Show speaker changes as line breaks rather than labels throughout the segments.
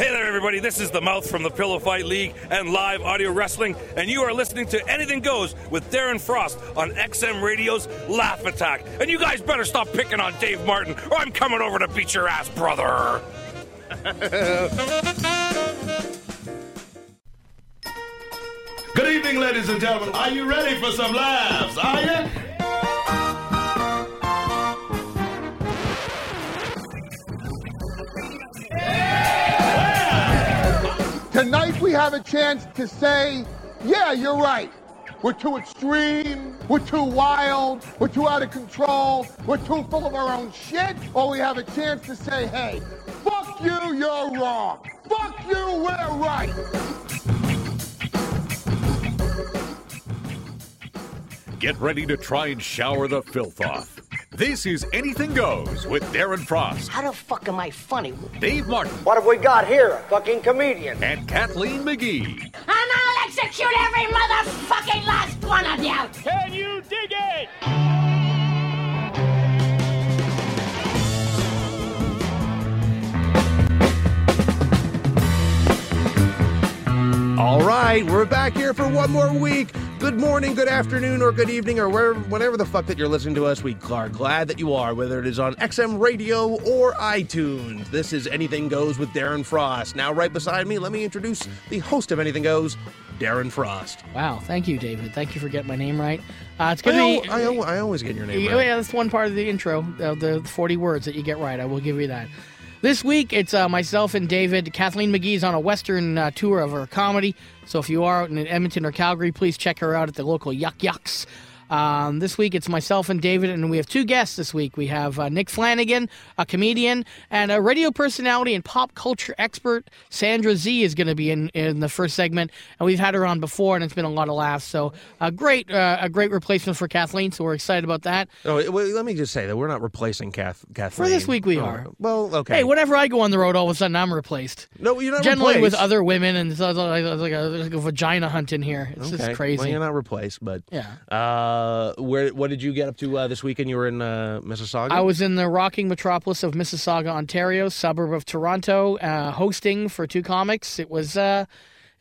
everybody. This is the Mouth from the Pillow Fight League and live audio wrestling, and you are listening to Anything Goes with Darren Frost on XM Radio's Laugh Attack. And you guys better stop picking on Dave Martin, or I'm coming over to beat your ass, brother.
Good evening, ladies and gentlemen. Are you ready for some laughs? Are you?
Tonight we have a chance to say, yeah, you're right. We're too extreme. We're too wild. We're too out of control. We're too full of our own shit. Or we have a chance to say, hey, fuck you, you're wrong. Fuck you, we're right.
Get ready to try and shower the filth off. This is Anything Goes with Darren Frost,
How the fuck am I funny?
Dave Martin,
What have we got here? A fucking comedian.
and Kathleen McGee.
And I'll execute every motherfucking last one of you!
All right, we're back here for one more week. Good morning, good afternoon, or good evening, or wherever, whatever the fuck that you're listening to us. We are glad that you are, whether it is on XM Radio or iTunes. This is Anything Goes with Darren Frost. Now, right beside me, let me introduce the host of Anything Goes, Darren Frost.
Wow, thank you, David. Thank you for getting my name right. Uh, it's
I,
gonna
al-
be.
I, al- I always get your name
yeah,
right.
yeah, that's one part of the intro, uh, the 40 words that you get right. I will give you that. This week, it's uh, myself and David. Kathleen McGee's on a Western uh, tour of her comedy. So if you are out in Edmonton or Calgary, please check her out at the local Yuck Yucks. Um, this week, it's myself and David, and we have two guests this week. We have uh, Nick Flanagan, a comedian and a radio personality and pop culture expert. Sandra Z is going to be in, in the first segment, and we've had her on before, and it's been a lot of laughs. So a great uh, a great replacement for Kathleen. So we're excited about that.
Oh, wait, wait, let me just say that we're not replacing Kath- Kathleen.
this week we
Oh,
are.
Well, okay.
Hey, whenever I go on the road, all of a sudden I'm replaced.
No, you're not
Generally with
replaced.
other women, and it's like it's like a, like a vagina hunt in here. It's
Okay,
just crazy.
Well, you're not replaced, but
Yeah.
Uh, where? What did you get up to uh, this weekend? You were in uh, Mississauga.
I was in the rocking metropolis of Mississauga, Ontario, suburb of Toronto, uh, hosting for two comics. It was uh,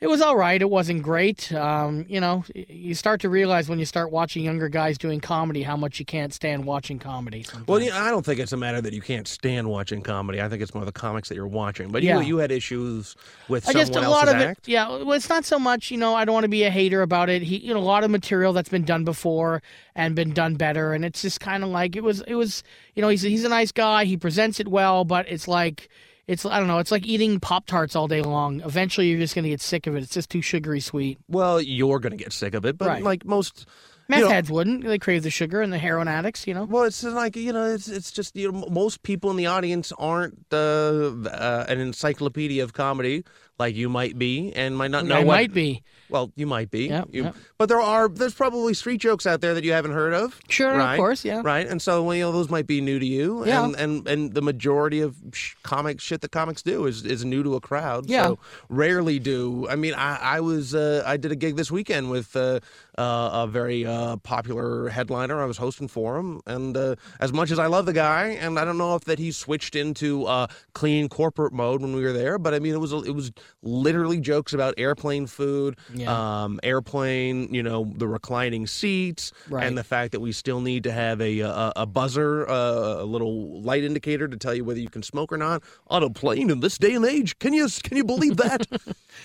it was all right. It wasn't great. Um, you know, y- you start to realize when you start watching younger guys doing comedy how much you can't stand watching comedy. sometimes.
Well, yeah, I don't think it's a matter that you can't stand watching comedy. I think it's more the comics that you're watching. But
Yeah.
you, you had issues with
I
someone
guess a
else's
lot of
act.
it. Yeah, well, it's not so much. You know, I don't want to be a hater about it. He, you know, a lot of material that's been done before and been done better, and it's just kind of like it was. It was. You know, he's he's a nice guy. He presents it well, but it's like. It's I don't know. It's like eating Pop Tarts all day long. Eventually, you're just gonna get sick of it. It's just too sugary sweet.
Well, you're going to get sick of it, but
Right.
like most.
Meth
you know,
heads wouldn't. They crave the sugar, and the heroin addicts, you know.
Well, it's just like you know, it's it's just you know, m- most people in the audience aren't uh, uh, an encyclopedia of comedy like you might be, and might not know
I
what.
might be.
Well, you might be.
Yep,
You-
yep.
But there are there's probably street jokes out there that you haven't heard of.
Sure, of
right?
course, yeah.
Right, and so well, you know, those might be new to you.
Yeah.
And and, and the majority of sh- comic shit that comics do is, is new to a crowd.
Yeah.
So rarely do. I mean, I I was uh, I did a gig this weekend with uh, uh, a very uh, popular headliner. I was hosting for him, and uh, as much as I love the guy, and I don't know if that he switched into uh, clean corporate mode when we were there, but I mean, it was it was literally jokes about airplane food
Yeah.
um, airplane, you know, the reclining seats,
Right.
and the fact that we still need to have a a, a buzzer, uh, a little light indicator to tell you whether you can smoke or not on a plane in this day and age. Can you can you believe that?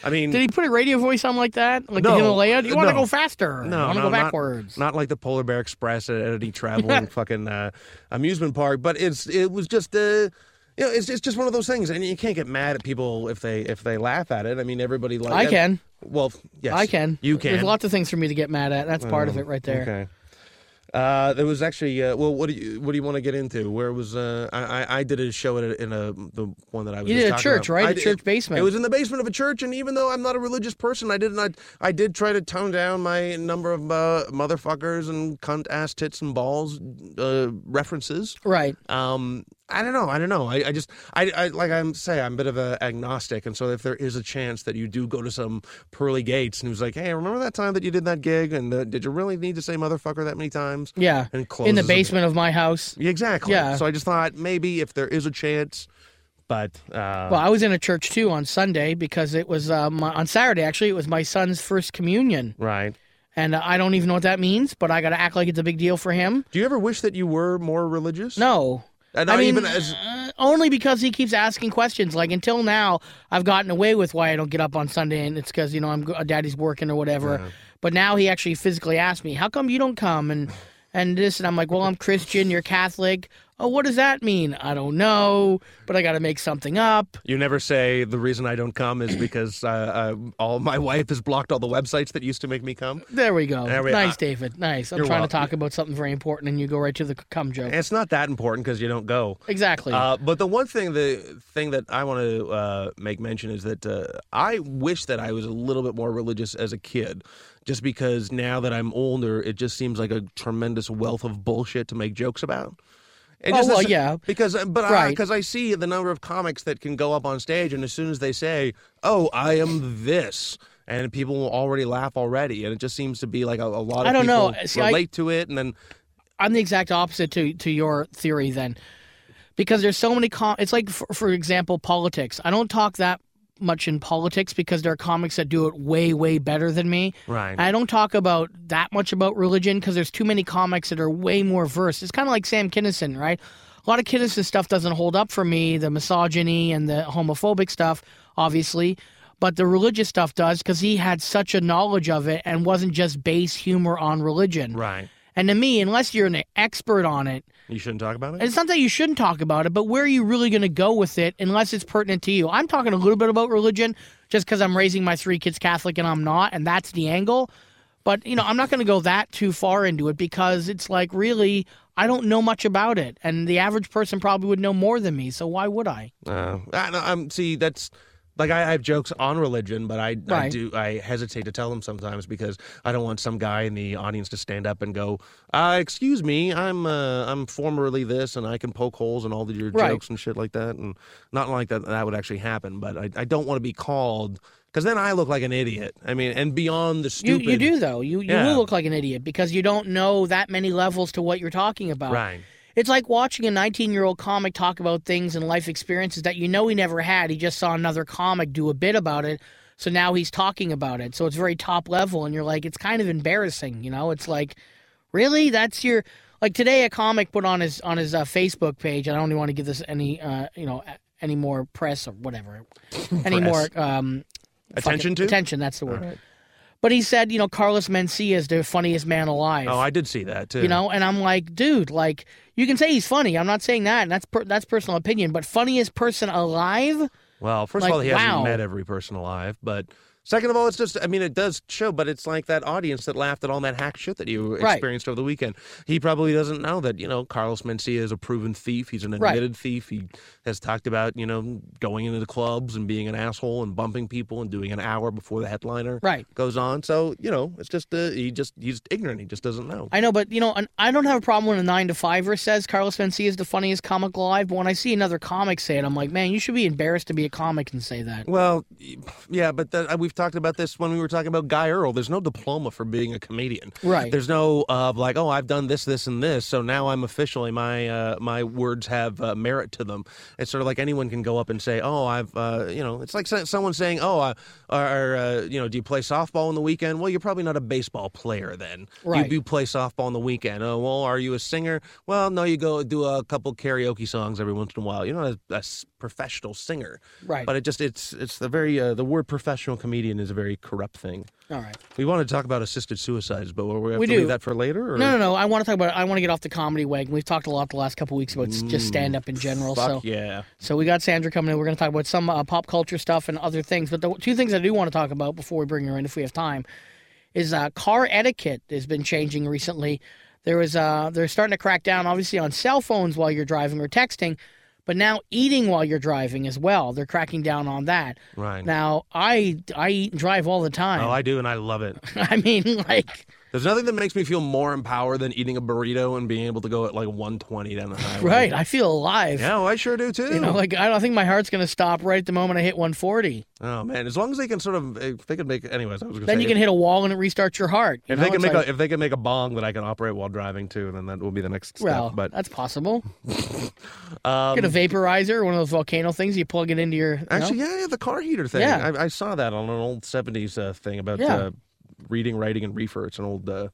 I mean,
Did he put a radio voice on like that? Like
No,
the Himalaya? Do you want to
no.
go faster?
no,
you want to
no,
go
not-
backwards?
Not, like the Polar Bear Express at any traveling fucking uh, amusement park, but it's it was just Uh, you know, it's, it's just one of those things, and you can't get mad at people if they if they laugh at it. I mean, everybody like
I can.
Well, yes,
I can.
You can.
There's lots of things for me to get mad at. That's part of it right there.
Okay. Uh, there was actually uh, well, what do you what do you want to get into? Where was uh, I, I I did a show at a, in a the one that I was
You
just
did a
talking
church,
about.
right?
I
A
did-
church basement.
It was in the basement of a church, and even though I'm not a religious person, I did not I did try to tone down my number of uh, motherfuckers and cunt ass tits and balls uh, references.
Right.
Um, I don't know. I don't know. I, I just, I, I, like I'm say, I'm a bit of a agnostic, and so if there is a chance that you do go to some pearly gates and who's like, hey, remember that time that you did that gig, and uh, did you really need to say motherfucker that many times?
Yeah.
and
in
closes
the
it.
basement of my house.
Yeah, Exactly.
Yeah.
So I just thought maybe if there is a chance, But uh,
Well, I was in a church too on Sunday because it was uh, my, on Saturday actually. It was my son's first communion,
right.
and uh, I don't even know what that means, but I got to act like it's a big deal for him.
Do you ever wish that you were more religious?
No,
and
I
not
mean,
even as
uh, only because he keeps asking questions. Like until now, I've gotten away with why I don't get up on Sunday, and it's because you know I'm go- daddy's working or whatever. But now he actually physically asked me, "How come you don't come?" and and this, and I'm like, "Well, I'm Christian. You're Catholic. Oh, what does that mean? I don't know, but I got to make something up."
you never say the reason I don't come is because uh, uh, all my wife has blocked all the websites that used to make me come.
There we go.
There we-
nice,
I-
David. Nice. I'm
You're
trying to
welcome.
talk about something very important, and you go right to the c- cum joke.
And it's not that important because you don't go.
exactly.
Uh, but the one thing, the thing that I want to uh, make mention is that uh, I wish that I was a little bit more religious as a kid, just because now that I'm older, it just seems like a tremendous wealth of bullshit to make jokes about. And
Oh,
just
well,
listen-
yeah.
because uh, but
Right.
because I, see the number of comics that can go up on stage, and as soon as they say, "Oh, I am this." And people will already laugh already, and it just seems to be like a, a lot of
I don't
people
know. See, I-
relate to it, and then
I'm the exact opposite to to your theory then, because there's so many. Com- it's like, for, for example, politics. I don't talk that much in politics because there are comics that do it way way better than me.
Right.
And I don't talk about that much about religion because there's too many comics that are way more versed. It's kind of like Sam Kinison, right? A lot of Kinison stuff doesn't hold up for me. The misogyny and the homophobic stuff, obviously. But the religious stuff does because he had such a knowledge of it and wasn't just base humor on religion.
right,
And to me, unless you're an expert on it,
you shouldn't talk about it.
it's not that you shouldn't talk about it, but where are you really going to go with it unless it's pertinent to you? I'm talking a little bit about religion just because I'm raising my three kids Catholic and I'm not, and that's the angle. But, you know, I'm not going to go that too far into it because it's like, really, I don't know much about it. And the average person probably would know more than me. So why would I?
Uh, I, no, I'm see that's like I, I have jokes on religion, but I, I
Right.
do I hesitate to tell them sometimes because I don't want some guy in the audience to stand up and go, uh, "Excuse me, I'm uh, I'm formerly this, and I can poke holes in all of your
Right.
jokes and shit like that." And not like that that would actually happen, but I, I don't want to be called because then I look like an idiot. I mean, and beyond the
You,
stupid,
you do, though. You, you
Yeah.
will look like an idiot because you don't know that many levels to what you're talking about.
right?
It's like watching a 19 year old comic talk about things and life experiences that you know he never had. He just saw another comic do a bit about it. So now he's talking about it. So it's very top level. And you're like, it's kind of embarrassing. You know, it's like, really? That's your. Like today, a comic put on his on his uh, Facebook page. and I don't even want to give this any uh, you know a- any more press or whatever, any more um,
Attention to
attention. That's the word. But he said, you know, Carlos Mencia is the funniest man alive
Oh, I did see that too.
you know and i'm like dude like you can say he's funny i'm not saying that and that's per- that's personal opinion but funniest person alive
Well, first
Like,
of all, he
wow.
hasn't met every person alive, but second of all, it's just, I mean, it does show, but it's like that audience that laughed at all that hack shit that you
Right.
experienced over the weekend. He probably doesn't know that, you know, Carlos Mencia is a proven thief. He's an
Right.
admitted thief. He has talked about, you know, going into the clubs and being an asshole and bumping people and doing an hour before the headliner
Right.
goes on. So, you know, it's just, uh, he just, he's ignorant. He just doesn't know.
i know but you know an, i don't have a problem when a nine to fiver says carlos mencia is the funniest comic alive but when i see another comic say it i'm like man you should be embarrassed to be a comic and say that
Well, y- yeah, but that, we've talked about this when we were talking about Guy Earl. There's no diploma for being a comedian.
Right.
There's no uh, like, oh, I've done this, this, and this, so now I'm officially my uh, my words have uh, merit to them. It's sort of like anyone can go up and say, oh, I've uh, you know, it's like sa- someone saying, oh, I, or uh, you know, do you play softball on the weekend? Well, you're probably not a baseball player then.
Right.
You, you play softball on the weekend. Oh, well, are you a singer? Well, no, you go do a couple karaoke songs every once in a while. You're not a, a s- professional singer.
Right.
But it just it's it's the very uh, the word professional comedian is a very corrupt thing.
all right
We want to talk about assisted suicides, but we have
We
to
do.
leave that for later. Or?
no no no i want to talk about i want to get off the comedy wagon we've talked a lot the last couple weeks about s just stand up in general so
Fuck yeah.
So we got Sandra coming in. We're going to talk about some uh, pop culture stuff and other things. But the two things I do want to talk about before we bring her in, if we have time, is uh, car etiquette has been changing recently. There was uh, they're starting to crack down, obviously, on cell phones while you're driving or texting, but now eating while you're driving as well. They're cracking down on that.
Right.
Now I I eat and drive all the time.
Oh, I do, and I love it.
I mean, like
There's nothing that makes me feel more empowered than eating a burrito and being able to go at like 120 down the highway.
Right. I feel alive.
Yeah, well, I sure do too.
You know, like I don't think my heart's going to stop right at the moment I hit 140.
oh man, as long as they can sort of, if they can make, anyways, I was gonna
Then
say,
you can hit a wall and it restarts your heart. you
If
know?
they can
It's
make
like,
a if they can make a bong that I can operate while driving too, then that will be the next step.
well,
but Um,
that's possible. Get a vaporizer, one of those volcano things. You plug it into your. you know?
actually, yeah, yeah, the car heater thing.
Yeah.
I, I saw that on an old '70s uh, thing about
Yeah.
uh, reading, writing, and reefer. It's an old uh,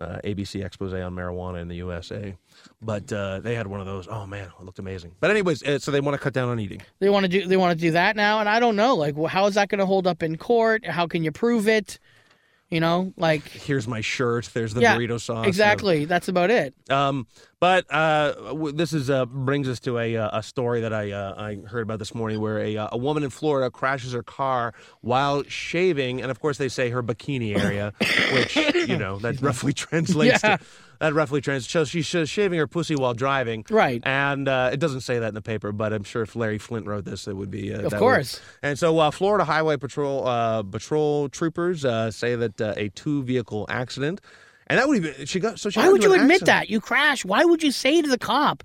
uh, ABC expose on marijuana in the USA. But uh, they had one of those. Oh man, it looked amazing. But anyways, uh, so they want to cut down on eating.
they want to do they want to do that now, and I don't know. Like, wh- how is that going to hold up in court? How can you prove it? You know, like
Here's my shirt. There's the
yeah,
burrito sauce.
Exactly. That's about it.
Um, but uh, w- this is uh, brings us to a, uh, a story that I uh, I heard about this morning, where a, uh, a woman in Florida crashes her car while shaving, and of course they say her bikini area, which you know that roughly translates
Yeah.
to that roughly translates. So she's sh- shaving her pussy while driving,
Right.
And uh, it doesn't say that in the paper, but I'm sure if Larry Flint wrote this, it would be uh,
Of
that would-
course.
and so, uh, Florida Highway Patrol uh, patrol troopers uh, say that uh, a two vehicle accident, and that would even she got so she.
Why
got
would
into
you
an
admit
accident.
that you crashed? Why would you say to the cop,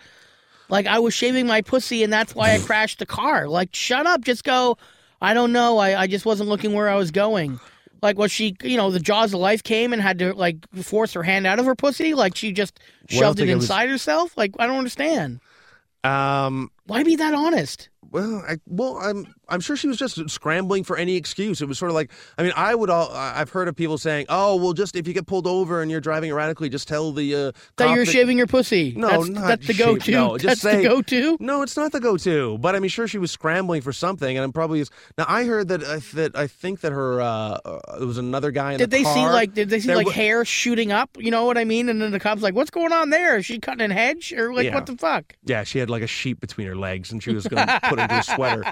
like I was shaving my pussy and that's why I crashed the car? Like, shut up. Just go. I don't know. I, I just wasn't looking where I was going. Like, was she? You know, the jaws of life came and had to like force her hand out of her pussy. Like she just
Well, I don't
shoved it
think it was-
inside herself. Like I don't understand.
Um,
Why be that honest?
well, I, well, I'm I'm sure she was just scrambling for any excuse. It was sort of like, I mean, I would all I- I've heard of people saying, oh, well, just if you get pulled over and you're driving erratically, just tell the uh,
That
cop
you're shaving your pussy.
No,
that's,
not
that's the
shave-
go-to.
No, just
that's
say,
the go-to.
No, it's not the go-to. But I mean, sure, she was scrambling for something, and I'm probably now. I heard that I that I think that her uh, uh, there was another guy in
Did
the
they see
car.
like did they see
There
like
wa-
hair shooting up? You know what I mean? And then the cops like, "What's going on there? Is she cutting in hedge or like
Yeah.
what the fuck?"
Yeah, she had like a sheep between her legs, and she was going to put it into a sweater.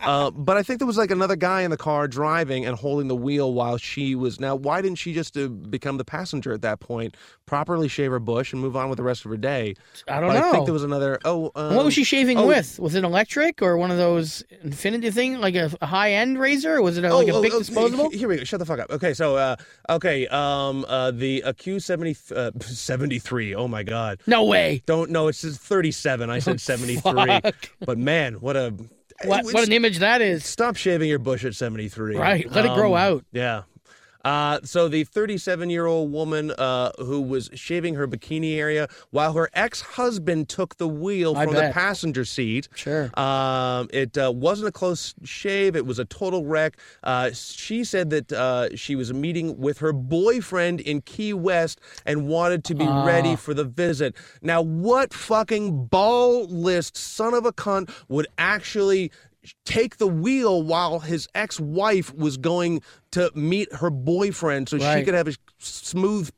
Uh, but I think there was like another guy in the car driving and holding the wheel while she was. Now, why didn't she just uh, become the passenger at that point? Properly shave her bush and move on with the rest of her day.
I don't
But I
know.
think there was another. Oh, um,
And what was she shaving
oh,
with? Was it electric or one of those infinity thing, like a, a high-end razor? Or was it a, like a big disposable?
Oh, he- Here we go. Shut the fuck up. Okay, so uh, okay, um, uh, the uh, Q seventy uh, seventy three. Oh my god.
no way.
Don't know. It's just thirty seven. I said seventy three.
fuck.
But man, what a
What,
it's-
what an image that is.
Stop shaving your bush at 73.
Right, let it grow out.
Yeah. Uh, so the 37-year-old woman uh, who was shaving her bikini area while her ex-husband took the wheel
I
from the
bet.
passenger seat.
Sure.
Um, it uh, wasn't a close shave. It was a total wreck. Uh, she said that uh, she was meeting with her boyfriend in Key West and wanted to be
Ah.
ready for the visit. Now, what fucking ball list son of a cunt would actually take the wheel while his ex-wife was going to meet her boyfriend so she
Right.
could have a s- smooth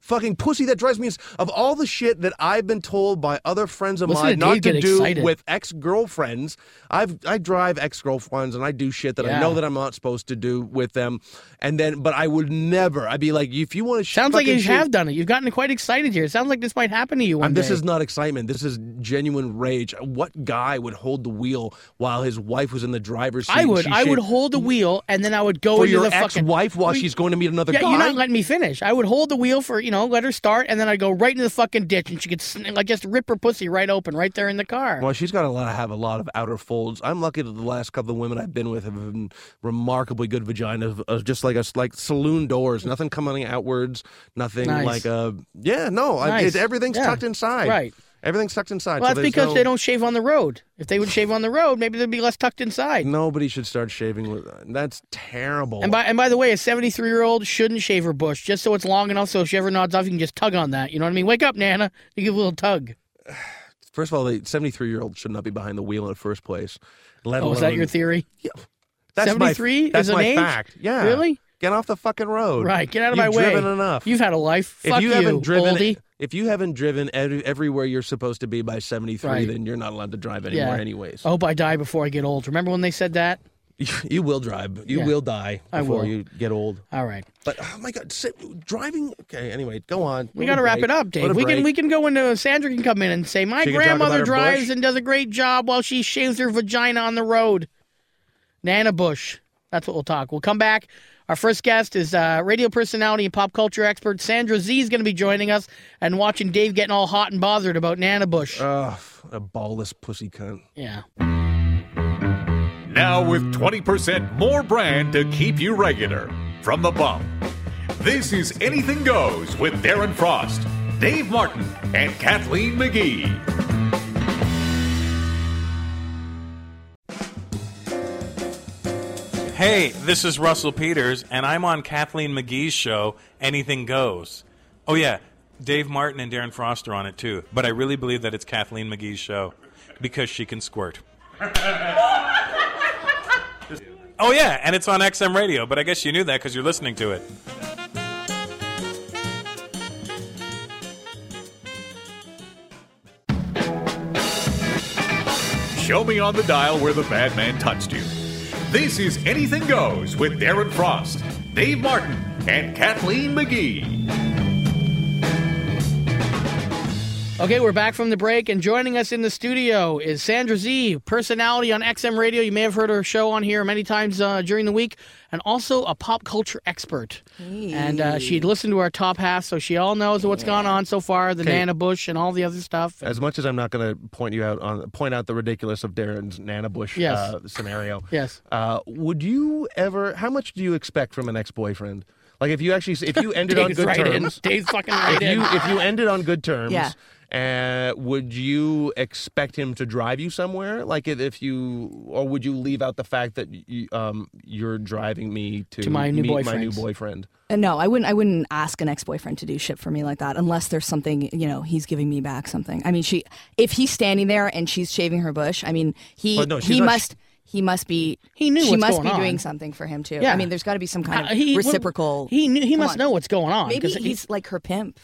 fucking pussy that drives me ins- of all the shit that I've been told by other friends of
Listen
mine
to
not
Dave
to
get
do
excited.
with ex-girlfriends. I've I drive ex-girlfriends and I do shit that I
Yeah.
know that I'm not supposed to do with them and then but I would never. I'd be like if you want to
Sounds like you have done it. You've gotten quite excited here. It sounds like this might happen to you one
and this
day.
is not excitement. This is genuine rage. What guy would hold the wheel while his wife was in the driver's seat?
I
and
would.
she
I would
shaved-
hold the wheel and then I would go
for
into
your
the fucking
ex-wife while she's going to meet another
Yeah,
guy.
you're not letting me finish. I would hold the wheel for you know, let her start, and then I'd go right into the fucking ditch, and she could sn- like just rip her pussy right open right there in the car.
well, she's got a lot. Have a lot of outer folds. I'm lucky that the last couple of women I've been with have been remarkably good vaginas, uh, just like us, like saloon doors. Nothing coming outwards. Nothing
Nice.
like uh, yeah, no. I,
Nice.
it, everything's
Yeah.
tucked inside.
Right.
Everything's tucked inside.
Well,
so
that's
there's
because
no-
they don't shave on the road. If they would shave on the road, maybe they'd be less tucked inside.
Nobody should start shaving with. uh, That's terrible.
And by and by the way, a 73 year old shouldn't shave her bush just so it's long enough so if she ever nods off, you can just tug on that. You know what I mean? Wake up, Nana. You give a little tug.
First of all, the 73 year old should not be behind the wheel in the first place. Let
Oh, is that
alone-
your theory?
That's my-
73
that's
is an
my
age?
fact. Yeah.
Really?
Get off the fucking road.
Right. Get out of
You've
my way.
driven enough.
You've had a life.
if
Fuck
you haven't driven,
oldie.
if you haven't driven ev- everywhere you're supposed to be by 73,
Right.
then you're not allowed to drive anymore,
Yeah. Oh.
anyways.
I hope I die before I get old. Remember when they said that?
You will drive. You
Yeah.
will die
I
before
will.
you get old.
All right.
But oh my god, si- driving. Okay, anyway, go on.
We got to wrap it up, Dave. We can we can go into Sandra can come in and say my
She can talk about
grandmother
her
drives
bush.
and does a great job while she shaves her vagina on the road. Nana Bush. That's what we'll talk. We'll come back. Our first guest is uh, radio personality and pop culture expert Sandra Z is going to be joining us and watching Dave getting all hot and bothered about Nana Bush.
Ugh, a ballless pussy cunt.
yeah.
Now with 20% more brand to keep you regular. From the bump. This is Anything Goes with Darren Frost, Dave Martin, and Kathleen McGee.
Hey, this is Russell Peters, and I'm on Kathleen McGee's show, Anything Goes. Oh, yeah, Dave Martin and Darren Frost are on it too, but I really believe that it's Kathleen McGee's show because she can squirt. oh, yeah, and it's on XM Radio, but I guess you knew that because you're listening to it.
Show me on the dial where the bad man touched you. This is Anything Goes with Darren Frost, Dave Martin, and Kathleen McGee.
Okay, we're back from the break, and joining us in the studio is Sandra Z, personality on XM Radio. You may have heard her show on here many times uh, during the week, and also a pop culture expert. And uh, she'd listened to our top half, so she all knows what's gone on so far, the Nana Bush and all the other stuff.
As much as I'm not going to point you out on point out the ridiculous of Darren's Nana Bush
Yes.
uh, scenario.
Yes.
Uh, would you ever? How much do you expect from an ex-boyfriend? Like if you actually if you ended on
Dave's
good
right
terms,
in. Dave's fucking right
if you
in.
if you ended on good terms,
Yeah.
uh, would you expect him to drive you somewhere? Like if- if you, or would you leave out the fact that you, um, you're driving me to,
To my new
meet my new
boyfriends.
boyfriend?
And Uh, no, I wouldn't. I wouldn't ask an ex-boyfriend to do shit for me like that unless there's something you know he's giving me back something. I mean, she if he's standing there and she's shaving her bush. I mean, he
But no, she's
he
not-
must he must be
He knew
she
what's
must
going
be
on.
doing something for him too.
Yeah.
I mean, there's got to be some kind of
Uh, he-
reciprocal.
He knew, he
Come
must
on.
know what's going on.
maybe
'cause he-
he's like her pimp,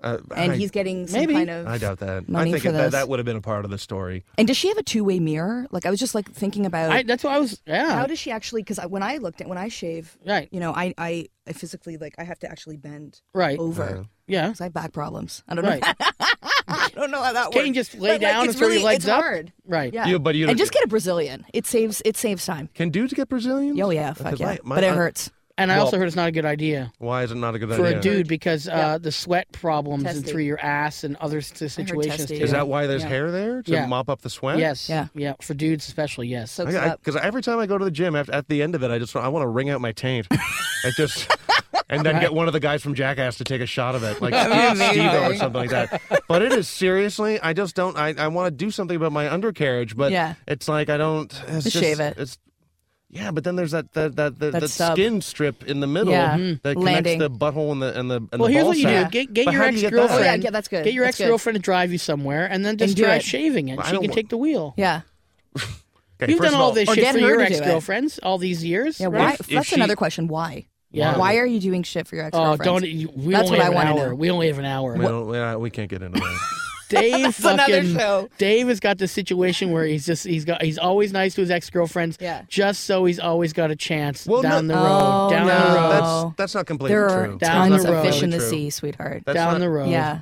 Uh,
and
I,
he's getting some
Maybe.
kind of.
I doubt that. I
money
think
for
it- that,
this.
that would have been a part of the story.
And does she have a two-way mirror? Like I was just like thinking about.
I, that's what I was. Yeah.
how does she actually? Because when I looked at when I shave,
Right.
You know, I I, I physically like I have to actually bend
Right.
over.
yeah.
I have back problems. I don't
Right.
know. I don't know how that
Can't you
works.
just lay
But, like,
down
it's
and throw your
really-
legs
it's
up?
Hard.
Right.
Yeah.
Yeah, but you don't-
and just get a Brazilian. It saves it saves time.
Can dudes get Brazilians?
Oh yeah, fuck
Because
yeah.
my- my-
but it
I-
hurts.
And I
Well-
also heard it's not a good idea
Why is it not a good
for
idea?
a dude because uh, the sweat problems and
Testy.
through your ass and other s- situations.
testy.
too.
Is that why there's
Yeah.
hair there to
Yeah.
mop up the sweat?
Yes.
Yeah.
Yeah. For dudes, especially. Yes.
Soaks it up.
Because every time I go to the gym, at, at the end of it, I just I want to wring out my taint. I just and then get one of the guys from Jackass to take a shot of it, like Steve
Oh,
Steve-O or something like that. But it is seriously, I just don't. I, I want to do something about my undercarriage, but
Yeah.
it's like I don't. It's
Just
just-
shave it.
It's yeah, but then there's that that that that,
That
that
sub.
skin strip in the middle
Yeah. Mm-hmm.
that connects
Landing.
the butthole and the and the and the
well, here's
ball
what you do:
sack.
get, get
But
your
how do
ex
you get that?
girlfriend.
Oh, yeah, yeah, that's good.
Get your ex
That's good.
girlfriend to drive you somewhere, and then just
And do
try
it.
shaving it.
Well, I
She
don't
can
wa-
take the wheel.
Yeah.
Okay,
You've
first
done
of
all this
Or
shit
get
for
her
your
to do
ex
it.
girlfriends all these years.
Yeah. Why?
right?
If- if
that's
she-
another question. Why?
Yeah.
Why are you doing shit for your ex
Oh,
girlfriend?
don't. you- We
That's
only
what
have
I
an
wanna
hour.
know.
We only have an hour.
We, don't, we, we can't get into that.
Dave
another
fucking
show.
Dave has got this situation where he's just he's got he's always nice to his ex girlfriends.
Yeah.
Just so he's always got a chance
Well,
down
no-
the road.
Oh,
down the
no.
road.
that's that's not completely
There
true.
are
Down
tons
the
of fish
road. Oh.
in the
True.
sea, sweetheart.
That's
down
not-
the road.
yeah.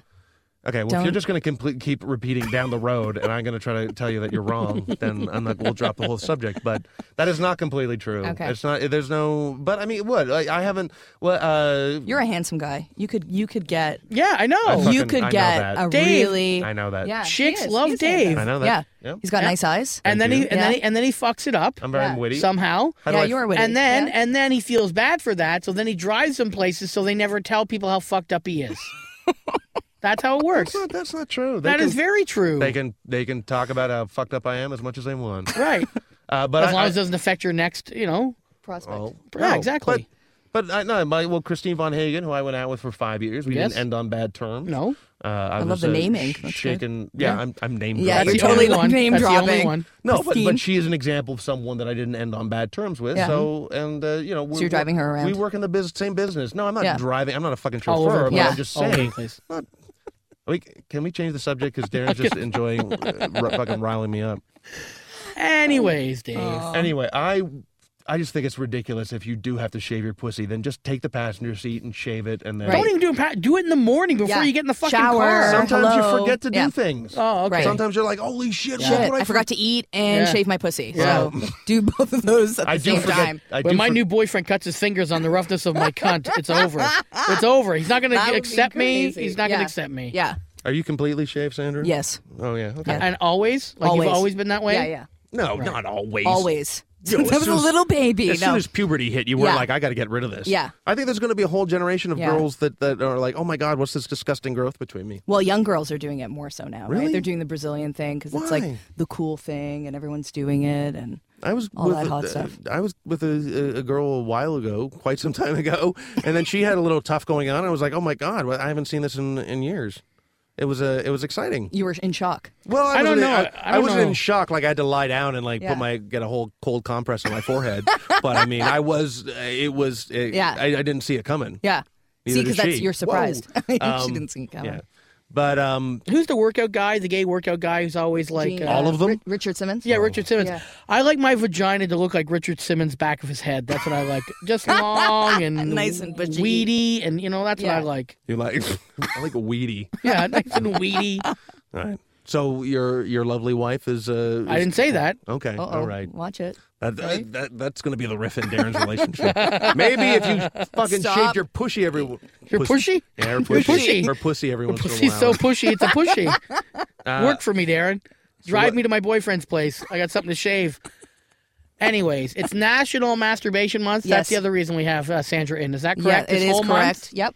Okay, well, if you're
Don't-
just going to complete, keep repeating down the road, and I'm going to try to tell you that you're wrong, then I'm not, we'll drop the whole subject. But that is not completely true.
Okay.
It's not. There's no. But I mean, what? Like, I haven't. Well, uh,
You're a handsome guy. You could you could get
Yeah, I know.
I
you
fucking- I know
could get
that.
a
Dave.
really
I know that.
Yeah, he
Chicks
is.
love
He's
Dave.
handsome.
I know
Yeah.
that. Yeah.
He's got nice eyes.
and then
Thank
he
you.
and then
Yeah.
he, and then he fucks it up
I'm very witty.
somehow.
How do
yeah,
I-
you are witty.
And then
Yeah.
and then he feels bad for that, so then he drives them places so they never tell people how fucked up he is. That's how it works.
That's not, that's not true. They
That
can,
is very true.
They can they can talk about how fucked up I am as much as they want.
Right.
Uh, but
As
I,
long
I-
as it doesn't affect your next, you know.
prospect.
Well,
Yeah, exactly.
But, but I no, my well, Christine von Hagen, who I went out with for five years, we
Yes.
didn't end on bad terms.
No.
uh, I, was,
love the
uh,
naming.
sh-
That's good.
Shaken. Yeah,
Yeah.
I'm I'm name
Yeah,
dropping.
you're
the
totally
only
like
one.
name
That's The only
dropping.
one.
No, but,
Christine.
but she is an example of someone that I didn't end on bad terms with.
Yeah.
So and uh, you know, we're,
you're driving her around.
We work in the biz- same business. No, I'm not
Yeah.
driving. I'm not a fucking
All
chauffeur. But
over the
place.
I'm just
All over the
saying.
place.
Not, we, can we change the subject? Because Darren's just enjoying uh, r- fucking riling me up.
Um.
Anyways, Dave.
Anyway, I I just think it's ridiculous if you do have to shave your pussy, then just take the passenger seat and shave it, and then
Don't even do it. pa- Do it in the morning before
Yeah.
you get in the fucking
Shower.
car.
Sometimes
Hello.
you forget to do
Yeah.
things.
Oh, okay.
Right.
Sometimes you're like, holy shit,
Shit,
what would
I, forgot to eat and
Yeah.
shave my pussy.
Yeah.
So do both of those at the
I do
same
forget.
time.
I do
when my
for-
new boyfriend cuts his fingers on the roughness of my cunt, it's over. It's over. He's not going
That would
to
be
accept me.
crazy.
He's not
Yeah.
going to accept me.
Yeah.
Are you completely shaved, Sandra?
Yes.
Oh yeah. Okay.
And always, like
always.
you've always been that way.
Yeah, yeah.
No, Oh, not always.
Always.
Yo,
Since I
as
was a
soon as-
little baby.
As
no.
soon as puberty hit, you were
Yeah.
like, I got to get rid of this.
Yeah.
I think there's going to be a whole generation of
Yeah.
girls that, that are like, oh my God, what's this disgusting growth between me?
Well, young girls are doing it more so now,
Really?
right? They're doing the Brazilian thing because it's like
Why?
the cool thing, and everyone's doing it. And
I was
All
with
that
a- uh,
hot stuff.
I was with a, a- a girl a while ago, quite some time ago, and then she had a little tough going on. I was like, oh my God, well, I haven't seen this in, in years. It was a, it was exciting.
you were in shock.
Well, I,
I
wasn't-
don't know.
I,
I don't
wasn't
know.
in shock. Like I had to lie down and like
Yeah.
put my get a whole cold compress on my forehead. but I mean, I was. uh, It was. uh
Yeah.
I, I didn't see it coming.
Yeah.
Neither
See,
did
because that's
she.
you're surprised.
Whoa.
she
Um,
didn't see it coming.
Yeah. But um,
Who's the workout guy? The gay workout guy who's always like
Gene-
uh,
All of them?
Ri- Richard Simmons.
Oh.
Yeah, Richard Simmons.
Yeah.
I like my vagina to look like Richard Simmons' back of his head. That's what I like. Just long and
Nice and bushy.
weedy, and you know that's
Yeah.
what I like.
you like I like a weedy.
Yeah, nice and weedy.
All right. So your your lovely wife is. Uh,
I
is-
didn't say that.
Okay.
Uh-oh.
All right.
Watch it.
That, that, that- that's going to be the riff in Darren's relationship. Maybe if you fucking
Stop.
shaved your pushy every.
Your pushy?
Yeah, her
Your
pushy.
pushy.
Her pussy every once in a
Pussy's
while.
so pushy. It's a pushy.
Uh,
Work for me, Darren. Drive
what-
me to my boyfriend's place. I got something to shave. Anyways, it's National Masturbation Month.
Yes.
That's the other reason we have uh, Sandra in. Is that correct?
Yeah, it
This
is
whole
correct.
month?
Yep.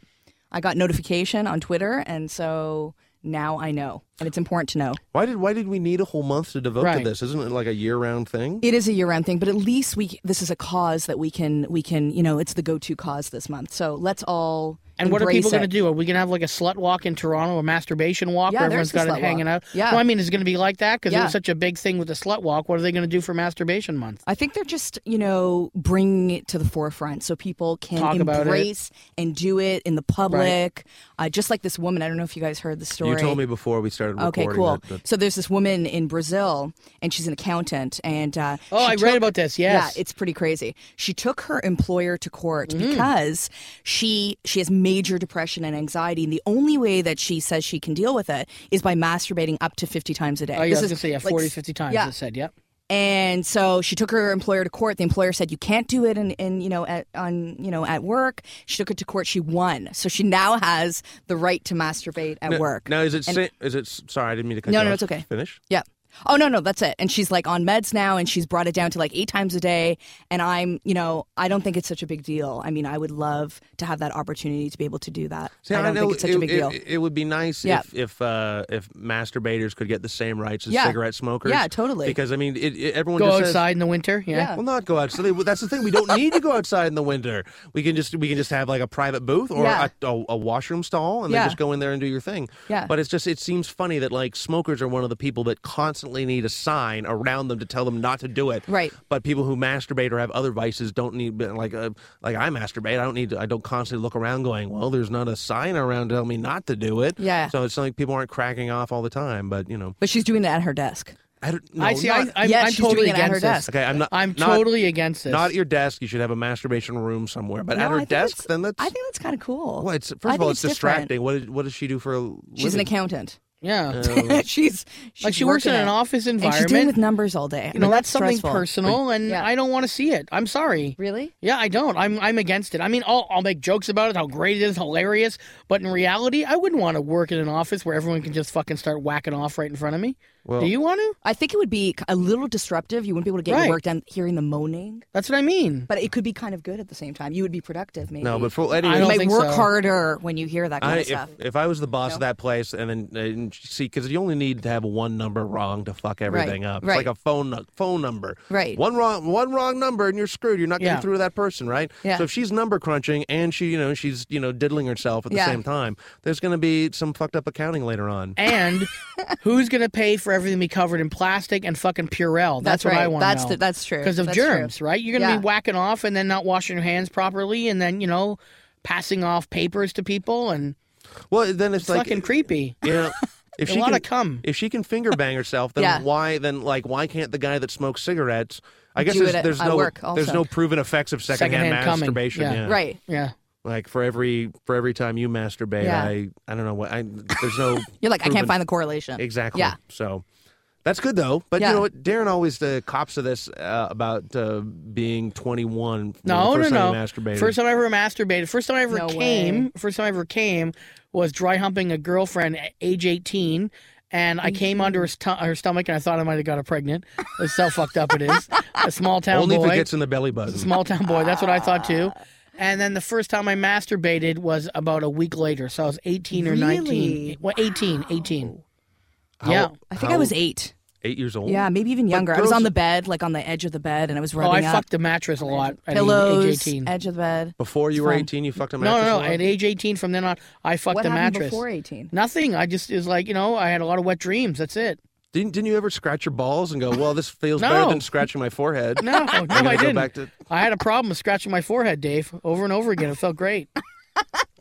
I got notification on Twitter, and so now I know, and it's important to know.
Why did why did we need a whole month to devote to
Right.
this? Isn't it like a year round thing?
It is a year-round thing, but at least we this is a cause that we can we can you know it's the go-to cause this month. So let's all
And what are people
going
to do? Are we going to have like a slut walk in Toronto, a masturbation walk
Yeah,
where
there's
everyone's
the slut
got it hanging
walk.
out?
Yeah.
Well, I mean, is it going to be like that? Because it
Yeah.
was such a big thing with the slut walk. What are they going to do for masturbation month?
I think they're just, you know, bringing it to the forefront so people can
Talk about it.
embrace and do it in the public. Uh, just like this woman, I don't know if you guys heard the story.
You told me before we started
Okay,
recording.
cool.
that- that-
So there's this woman in Brazil, and she's an accountant. And uh,
Oh,
she
I
took-
read about this. Yes. Mm.
yeah, it's pretty crazy. She took her employer to court because she she has major depression and anxiety, and the only way that she says she can deal with it is by masturbating up to 50 times a day.
oh, yeah,
This
I was
is
going to say, yeah,
like
40, 50 times
yeah.
it said, yep.
and so she took her employer to court. The employer said you can't do it, and in, you know at on you know at work. She took it to court. She won, so she now has the right to masturbate at
Now-
work.
Now is it
And-
sa- is it sorry, I didn't mean to cut
No,
you
no,
off.
it's okay.
Finish.
yeah. Oh no, no, that's it. And she's like on meds now, and she's brought it down to like eight times a day. And I'm, you know, I don't think it's such a big deal. I mean, I would love to have that opportunity to be able to do that.
See,
I don't
know
think it's such
it,
a big
it-
deal.
It, would be nice
Yeah.
if if uh, if masturbators could get the same rights as
Yeah.
cigarette smokers.
Yeah, totally.
Because I mean, it, it- everyone
Go
just says-
outside in the winter. Yeah.
Yeah.
Well, not go outside. Well, That's the thing. We don't need to go outside in the winter. We can just we can just have like a private booth or
Yeah.
a, a, a washroom stall, and
Yeah.
then just go in there and do your thing.
Yeah.
But it's just it seems funny that like smokers are one of the people that constantly need a sign around them to tell them not to do it.
Right.
But people who masturbate or have other vices don't need but, like uh, like I masturbate. I don't need. To, I don't constantly look around going, well, there's not a sign around telling me not to do it.
Yeah.
So it's like people aren't cracking off all the time, but you know,
but she's doing it at her desk.
I don't. No,
I see.
Not,
I, I'm,
Yeah,
I'm
she's
totally
doing it at her
against this.
desk.
okay, I'm not.
I'm
not-
totally against this.
Not e- at your desk. You should have a masturbation room somewhere. But
No,
at her
I think
desk,
that's-
then that's.
I think that's kind of cool.
well, it's first
I
of all,
think
it's,
different.
distracting. What did, what does she do for a living?
She's an accountant.
yeah.
Oh,
she's, she's
like she works in
working
an
it.
office
And
environment.
she's dealing with numbers all day. I
you
mean,
know, that's, something
stressful.
personal, and
Yeah.
I don't want to see it. I'm sorry.
Really?
Yeah, I don't. I'm I'm against it. I mean, I'll, I'll make jokes about it, how great it is, hilarious. But in reality, I wouldn't want to work in an office where everyone can just fucking start whacking off right in front of me. Do you want to?
I think it would be a little disruptive. You wouldn't be able to get
Right.
your work done hearing the moaning,
That's what I mean.
but it could be kind of good at the same time. You would be productive, maybe.
No, but for
I
anyway.
you
don't
might
think
work
so.
harder when you hear that kind
I,
of
if,
stuff.
if I was the boss
No.
of that place, and then and see, because you only need to have one number wrong to fuck everything up. It's
right.
like a phone nu- phone number.
Right.
One wrong one wrong number, and you're screwed. You're not getting
Yeah.
through to that person, right?
Yeah.
So if she's number crunching and she, you know, she's you know diddling herself at the
Yeah.
same time, there's going to be some fucked up accounting later on.
And who's gonna pay for everything to be covered in plastic and fucking Purell? That's,
That's
what
right.
I want.
That's
know.
the- that's true.
Because of
That's true.
germs, right? You're gonna
Yeah.
be whacking off and then not washing your hands properly, and then you know, passing off papers to people, and
Well, then it's,
it's
like
fucking creepy.
Yeah. If
They
she
wanna
can,
come.
if she can finger bang herself, then
Yeah.
why then like why can't the guy that smokes cigarettes? I guess
Do
there's,
it at-
there's
at
no
work
there's
also.
no proven effects of secondhand,
Secondhand coming,
masturbation.
yeah.
yeah.
Right.
Yeah.
Like for every for every time you masturbate,
Yeah.
I I don't know what I there's no.
You're like, I
proven-
can't find the correlation.
Exactly.
Yeah.
So that's good though. But
Yeah.
you know what? Darren always uh, cops to this uh, about uh, being 21. when
No,
the
no,
first time
no.
he masturbated.
First time I ever masturbated. First time I ever
No
came. First time I ever came was dry humping a girlfriend at age 18. And I came under her, st- her stomach, and I thought I might have got her pregnant. That's how fucked up it is. A small town
Only
boy.
if it gets in the belly button.
small town boy. That's what I thought too.
Ah.
And then the first time I masturbated was about a week later. So I was 18 or 19.
Really?
Well, 18, 18. Yeah.
I think I was eight.
Eight years old.
Yeah, maybe even younger. I was
girls-
on the bed, like on the edge of the bed, and I was
Oh, I
rubbing up
fucked the mattress a lot at age
pillows,
18.
edge of the bed.
Before you were 18, you fucked a
No,
mattress.
no, no.
a lot?
At age 18, from then on, I fucked
what
the
happened
mattress.
before 18?
Nothing. I just is like you know I had a lot of wet dreams. That's it.
Didn't, didn't you ever scratch your balls and go, well, this feels
No.
better than scratching my forehead?
No, no,
gonna
I
go
didn't.
back to-
I had a problem with scratching my forehead, Dave, over and over again. It felt great.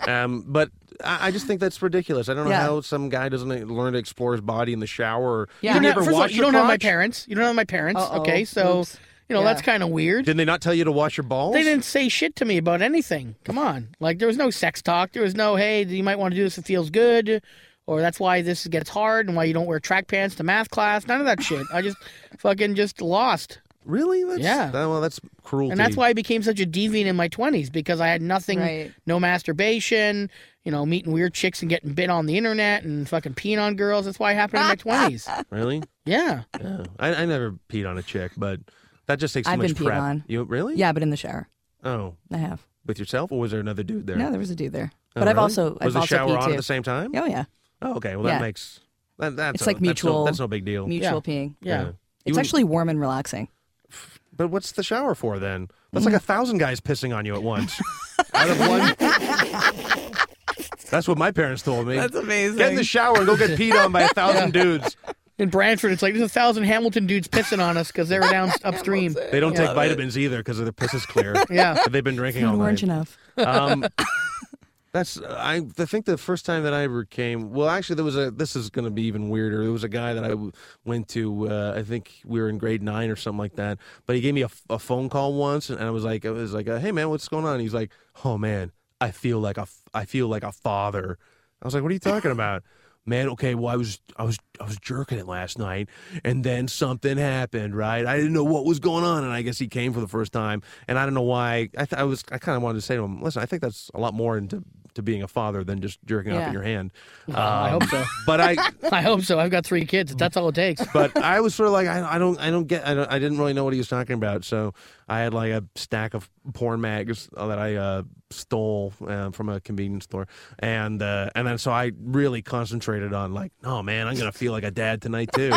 Um, but I, I just think that's ridiculous. I don't know
Yeah.
how some guy doesn't e, learn to explore his body in the shower. Or,
Yeah.
Did
You don't,
you
have,
ever
first of all,
wash
you
your
don't have my
crotch?
parents. You don't have my parents.
Uh-oh.
Okay, so
Oops.
you know
Yeah.
that's kind of weird.
Didn't they not tell you to wash your balls?
They didn't say shit to me about anything. Come on. Like, there was no sex talk. There was no, hey, you might want to do this. It feels good. Or that's why this gets hard and why you don't wear track pants to math class. None of that shit. I just fucking just lost.
Really? That's,
Yeah.
oh, well, that's cruelty.
And that's why I became such a deviant in my 20s because I had nothing,
Right.
no masturbation, you know, meeting weird chicks and getting bit on the internet and fucking peeing on girls. That's why it happened in my 20s.
Really?
Yeah.
Yeah. I, I never peed on a chick, but that just takes too
I've
much
been peed
prep.
on.
You really?
Yeah, but in the shower,
Oh,
I have.
with yourself, or was there another dude there?
No, there was a dude there,
Oh,
but I've
really?
also
was
I've
the
also
shower
peed
on
too.
at the same time.
Oh yeah,
Oh, okay. Well, that
Yeah.
makes that, that's
It's
a-
like
that's no-
mutual-
That's no, big deal.
mutual peeing.
Yeah.
Oh. You
It's
wouldn't-
actually warm and relaxing.
But what's the shower for then? That's like a thousand guys pissing on you at once. Out of one. That's what my parents told me. That's
amazing.
Get in the shower and go get peed on by a thousand dudes.
In Brantford, it's like there's a thousand Hamilton dudes pissing on us because they were down upstream.
They don't take vitamins either because their piss is clear.
Yeah.
But they've been drinking all
Not
night.
orange enough.
Um, that's I, I think the first time that I ever came. Well, actually, there was a. This is going to be even weirder. There was a guy that I w- went to. Uh, I think we were in grade nine or something like that. But he gave me a, f- a phone call once, and I was like, I was like, uh, "Hey man, what's going on?" he's like, "Oh man, I feel like a, f- I feel like a father." I was like, "What are you talking about?" Man, okay, well, I was, I was, I was jerking it last night, and then something happened, right? I didn't know what was going on, and I guess he came for the first time, and I don't know why. I, th- I was, I kind of wanted to say to him, listen, I think that's a lot more into to being a father than just jerking off
Yeah.
in your hand.
I
Um,
hope so.
But I,
I hope so. I've got three kids. That's all it takes.
but I was sort of like, I, I don't, I don't get, I, don't, I didn't really know what he was talking about. So I had like a stack of porn mags that I uh, stole uh, from a convenience store, and uh, and then so I really concentrated on like, oh man, I'm gonna feel like a dad tonight too.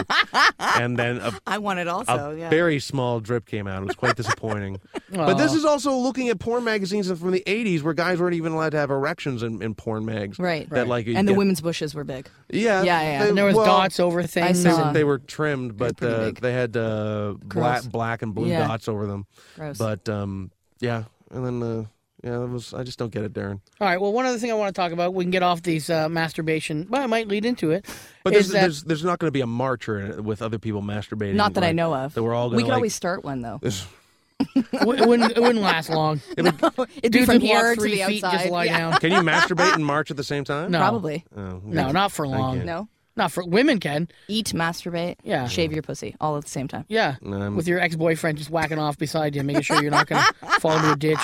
and then a,
I want it
a
also.
very small drip came out. It was quite disappointing. but this is also looking at porn magazines from the '80s where guys weren't even allowed to have erections in, in porn mags.
Right.
That like you
and the
get-
women's bushes were big.
Yeah.
Yeah, yeah.
And there was
well,
dots over things.
they,
saw-
were- they were trimmed, but
Uh, pretty
uh,
big.
they had uh, black,
Curls.
black and blue
Yeah.
dots over them.
Gross.
But um, yeah, and then uh, yeah, that was I just don't get it, Darren.
All right. Well, one other thing I want to talk about, we can get off these uh, masturbation. Well, it might lead into it.
But there's
is that-
there's, there's not going to be a march or, uh, with other people masturbating.
Not that I
like,
know of.
That we're all going.
we could always start one though.
w- it, wouldn't, it wouldn't last long.
It'd be
Dudes
from
would walk
here to
three
the
feet and
outside.
just lie
yeah.
down.
Can you masturbate and march at the same time?
No.
Probably.
Oh, okay.
No, not for long.
can't.
No.
Not for women can.
Eat, masturbate,
Yeah.
shave your pussy all at the same time.
Yeah.
I'm-
With your ex boyfriend just whacking off beside you, making sure you're not going to fall into a ditch.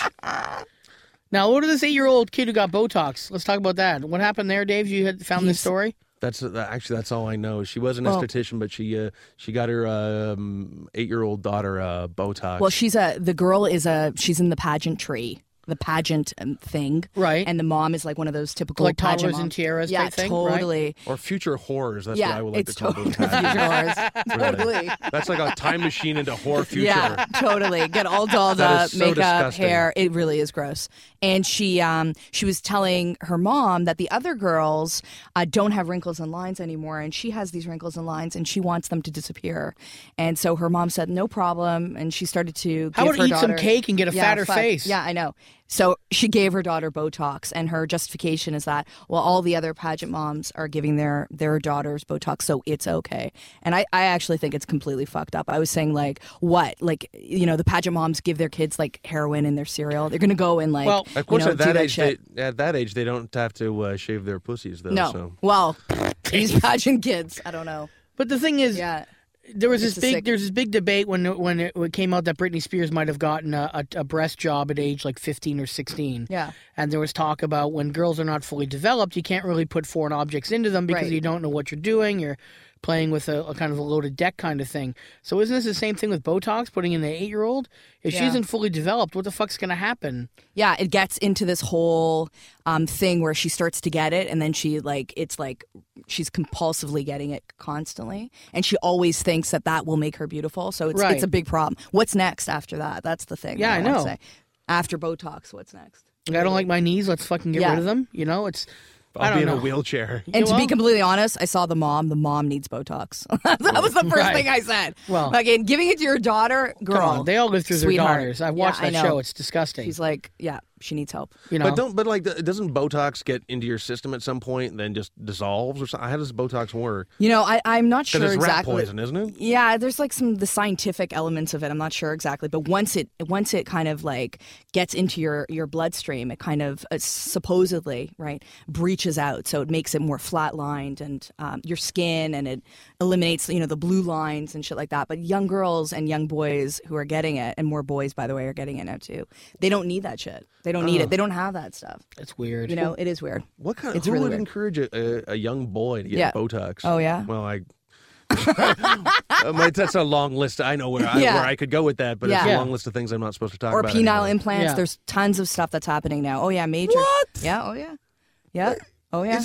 Now, what to this eight year old kid who got Botox? Let's talk about that. What happened there, Dave? You had found this
He's-
story?
That's uh, actually that's all I know. She was an
Well-
esthetician, but she uh, she got her um, eight year old daughter uh, Botox.
Well, she's a the girl is a she's in the pageantry, the pageant um, thing,
Right.
And the mom is like one of those typical
Like
pageant
toddlers and
moms.
tiaras
Yeah,
type thing, right?
totally.
or future horrors. That's
yeah,
what I would like
it's
to call
totally
Botox.
future horrors. totally.
That's like a time machine into horror future.
Yeah, totally. Get all dolled
That
up,
is so
makeup,
disgusting.
hair. It really is gross. And she um, she was telling her mom that the other girls uh, don't have wrinkles and lines anymore, and she has these wrinkles and lines, and she wants them to disappear. And so her mom said, "No problem," and she started to
How
give
about
her
eat some
daughter-
cake and get a
Yeah,
fatter
fuck.
face?
Yeah, I know. So she gave her daughter Botox, and her justification is that well, all the other pageant moms are giving their their daughters Botox, so it's okay. And I, I actually think it's completely fucked up. I was saying like what like you know the pageant moms give their kids like heroin in their cereal. They're gonna go and like
Well,
you
Of course,
know,
at
do
that
that
age,
shit.
they, at that age, they don't have to uh, shave their pussies though.
no,
So.
well, these pageant kids, I don't know.
But the thing is,
Yeah.
there was
It's
this
a
big
sick-
there was this big debate when when it, when it came out that Britney Spears might have gotten a, a, a breast job at age like 15 or 16.
Yeah.
And there was talk about when girls are not fully developed, you can't really put foreign objects into them because
Right.
you don't know what you're doing. You're playing with a, a kind of a loaded deck kind of thing. So isn't this the same thing with Botox putting in the 8-year-old? If she
Yeah.
isn't fully developed, what the fuck's going to happen?
Yeah, it gets into this whole um, thing where she starts to get it, and then she like it's like she's compulsively getting it constantly, and she always thinks that that will make her beautiful. So it's
Right.
it's a big problem. What's next after that? That's the thing.
Yeah,
that
I
wanna
know.
say. After Botox, what's next?
I don't like my knees, let's fucking get
Yeah.
rid of them, you know? It's I
I'll
don't
be in
know.
a wheelchair.
And to
well-
be completely honest, I saw the mom. The mom needs Botox. that was the first
Right.
thing I said.
Well-
again, giving it to your daughter, girl.
Come on, they all live through
sweetheart.
their daughters. I've
Yeah,
watched
I know.
that show. It's disgusting.
She's like, yeah, she needs help.
you know.
But don't. But like, th- doesn't Botox get into your system at some point and then just dissolves or something? How does Botox work?
You know, I, I'm not sure
Because it's
exactly.
rat poison, isn't it?
Yeah, there's like some of the scientific elements of it. I'm not sure exactly, but once it once it kind of like gets into your your bloodstream, it kind of uh, supposedly right breaches out, so it makes it more flat lined and um, your skin, and it eliminates you know the blue lines and shit like that. But young girls and young boys who are getting it, and more boys by the way are getting it now too. They don't need that shit. They don't need it. They don't have that stuff.
it's weird.
You know, it is weird.
What kind?
It's
who
really
would
weird.
encourage a, a, a young boy to get
Yeah.
Botox?
Oh, yeah?
Well, I. Uh, my- that's a long list. I know where I,
Yeah.
where I could go with that, but it's a
Yeah.
long list of things I'm not supposed to talk
or
about.
penile
anymore.
implants.
Yeah.
There's tons of stuff that's happening now. Oh yeah, major. What? Yeah. Oh yeah. Yeah. Oh yeah.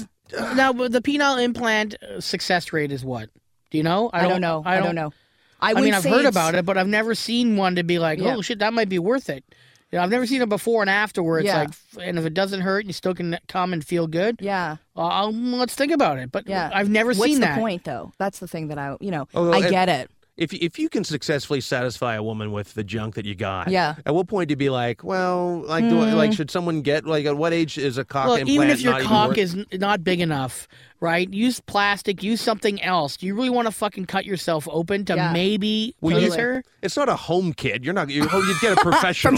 Now, but the penile implant uh, success rate is what? Do you know?
I don't, know. I don't, know.
I, mean,
wouldn't
I've
say
heard
it's-
about it, but I've never seen one to be like,
Yeah.
oh shit, that might be worth it. You know, I've never seen a before and after where it's
Yeah.
like, f- and if it doesn't hurt and you still can come and feel good,
Yeah.
uh, um, let's think about it. But
Yeah.
I've never
What's
seen
the
that. Oh,
point though? That's the thing that I, you know,
Although
I
it-
get it.
If you- if you can successfully satisfy a woman with the junk that you got,
Yeah.
At what point do you be like, well, like, do I, like should someone get like at what age is a cock
Look,
implant?
Hmm. even if your
not
cock
worth-
is n- not big enough, right? Use plastic. Use something else. Do you really want to fucking cut yourself open to
Yeah.
maybe
Well,
please
you-
her?
it's not a home kid. You're not. You, oh, you'd get a professional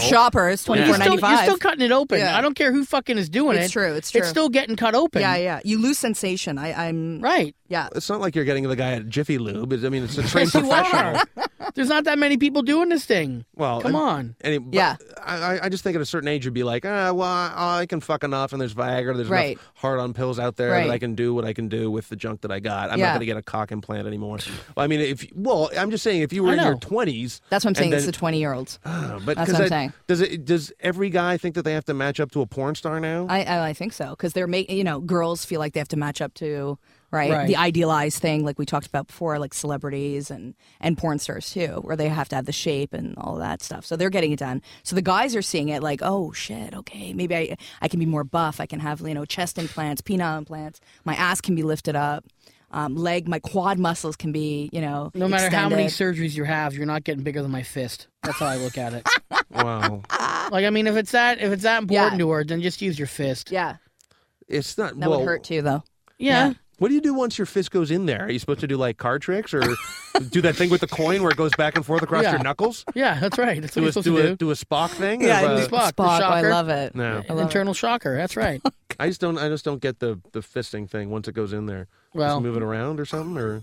From shoppers, twenty
You're
four
still,
ninety
you're
five.
still cutting it open.
Yeah.
I don't care who fucking is doing it.
It's true, it's
It's
true.
still getting cut open.
Yeah, yeah. You lose sensation. I, I'm.
Right.
Yeah.
It's not like you're getting the guy at Jiffy Lube. It's- I mean, it's a trained professional.
There's not that many people doing this thing.
Well,
come
and-
on.
And it, but
Yeah.
I, I- I just think at a certain age, you'd be like, ah, well, I, I can fuck enough, and there's Viagra, there's
Right.
enough hard-on pills out there
Right.
that I can do what I can do with the junk that I got. I'm not
Yeah.
going to get a cock implant anymore. Well, I mean, if well, I'm just saying, if you were
I
in your
know.
20s,
That's what I'm
and
saying. it's
then-
the twenty year olds.
Ah, but
That's
'cause
what I'm
that-
saying.
Does it? Does every guy think that they have to match up to a porn star now?
I, I, I think so because they're making you know girls feel like they have to match up to right,
Right.
the idealized thing like we talked about before like celebrities and and porn stars too where they have to have the shape and all that stuff so they're getting it done so the guys are seeing it like oh shit okay maybe I I can be more buff I can have you know chest implants penile implants my ass can be lifted up um, leg my quad muscles can be you know
No matter how many
extended.
surgeries you have, you're not getting bigger than my fist. That's how I look at it.
wow,
like I mean, if it's that if it's that important
Yeah.
to her, then just use your fist.
yeah
it's not.
that
well,
would hurt too though
Yeah.
Yeah.
What do you do once your fist goes in there? Are you supposed to do like card tricks or do that thing with the coin where it goes back and forth across
Yeah.
your knuckles?
Yeah, that's right. That's
Do
what you're
a, do,
supposed to
a
do.
do a Spock thing?
Yeah,
Of,
do
uh,
Spock. the
Spock, I
shocker.
love it
no,
I love it.
Internal shocker. That's right.
I just don't. I just don't get the the fisting thing once it goes in there.
Well-
just move it around or something. Or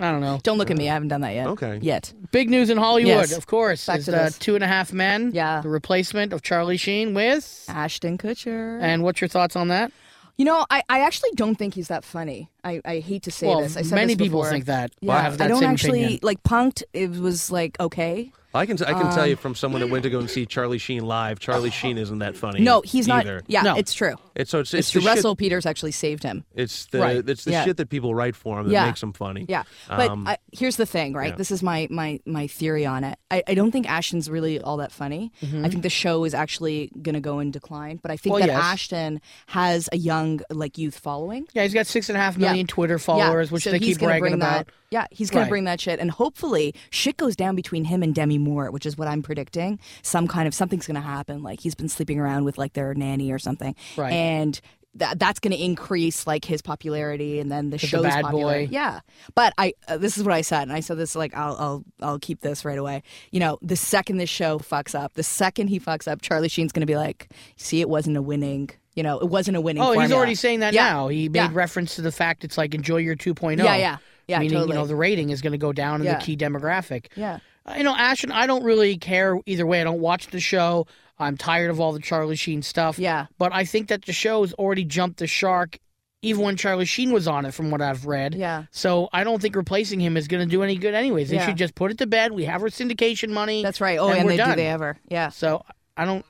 I don't know.
don't look at me I haven't done that yet
Okay.
yet
Big news in Hollywood,
Yes.
of course,
Back
is
to
uh,
this.
Two and a Half Men.
Yeah.
The replacement of Charlie Sheen with.
Ashton Kutcher
And what's your thoughts on that?
You know, I, I actually don't think he's that funny. I, I hate to say
well,
this. I said
many
this
people
before.
think that.
Yeah,
I have that
I don't
same
actually
opinion.
like punked. It was like okay.
I can I can tell
Um,
you from someone that went to go and see Charlie Sheen live. Charlie Sheen isn't that funny.
No, he's
either.
not. Yeah,
No.
it's true.
It's so it's,
It's
it's,
true.
the shit-
Russell Peters actually saved him.
it's the
Right.
it's the
Yeah.
shit that people write for him that
Yeah.
makes him funny.
Yeah, but
Um,
I, here's the thing, right? This is my my my theory on it. I, I don't think Ashton's really all that funny. I think the show is actually going to go in decline. But I think
Mm-hmm. Well,
that
yes.
Ashton has a young like youth following.
Yeah, he's got six and a half million
Yeah.
Twitter followers,
yeah.
which
so
they
he's
keep
gonna
bragging
bring
about.
That, Yeah, he's going
Right.
to bring that shit, and hopefully, shit goes down between him and Demi Moore, which is what I'm predicting. Some kind of something's going to happen. Like he's been sleeping around with like their nanny or something,
Right.
and that that's going to increase like his popularity, and then the
With the
show's
bad
popularity.
boy.
Yeah, but I uh, this is what I said, and I said this like I'll I'll I'll keep this right away. You know, the second this show fucks up, the second he fucks up, Charlie Sheen's going to be like, "See, it wasn't a winning." You know, it wasn't a winning.
Oh, he's
formula."
already saying that
Yeah.
now. He made
Yeah.
reference to the fact it's like enjoy your 2.0.
Yeah, yeah. Yeah,
Meaning,
totally.
you know, the rating is going to go down in
Yeah.
the key demographic.
Yeah.
Uh, You know, Ashton, I don't really care either way. I don't watch the show. I'm tired of all the Charlie Sheen stuff.
Yeah.
But I think that the show has already jumped the shark, even when Charlie Sheen was on it, from what I've read.
Yeah.
So I don't think replacing him is going to do any good, anyways. They
Yeah.
should just put it to bed. We have our syndication money.
That's right. Oh, and,
we're
they
done.
do they ever? Yeah.
So I don't,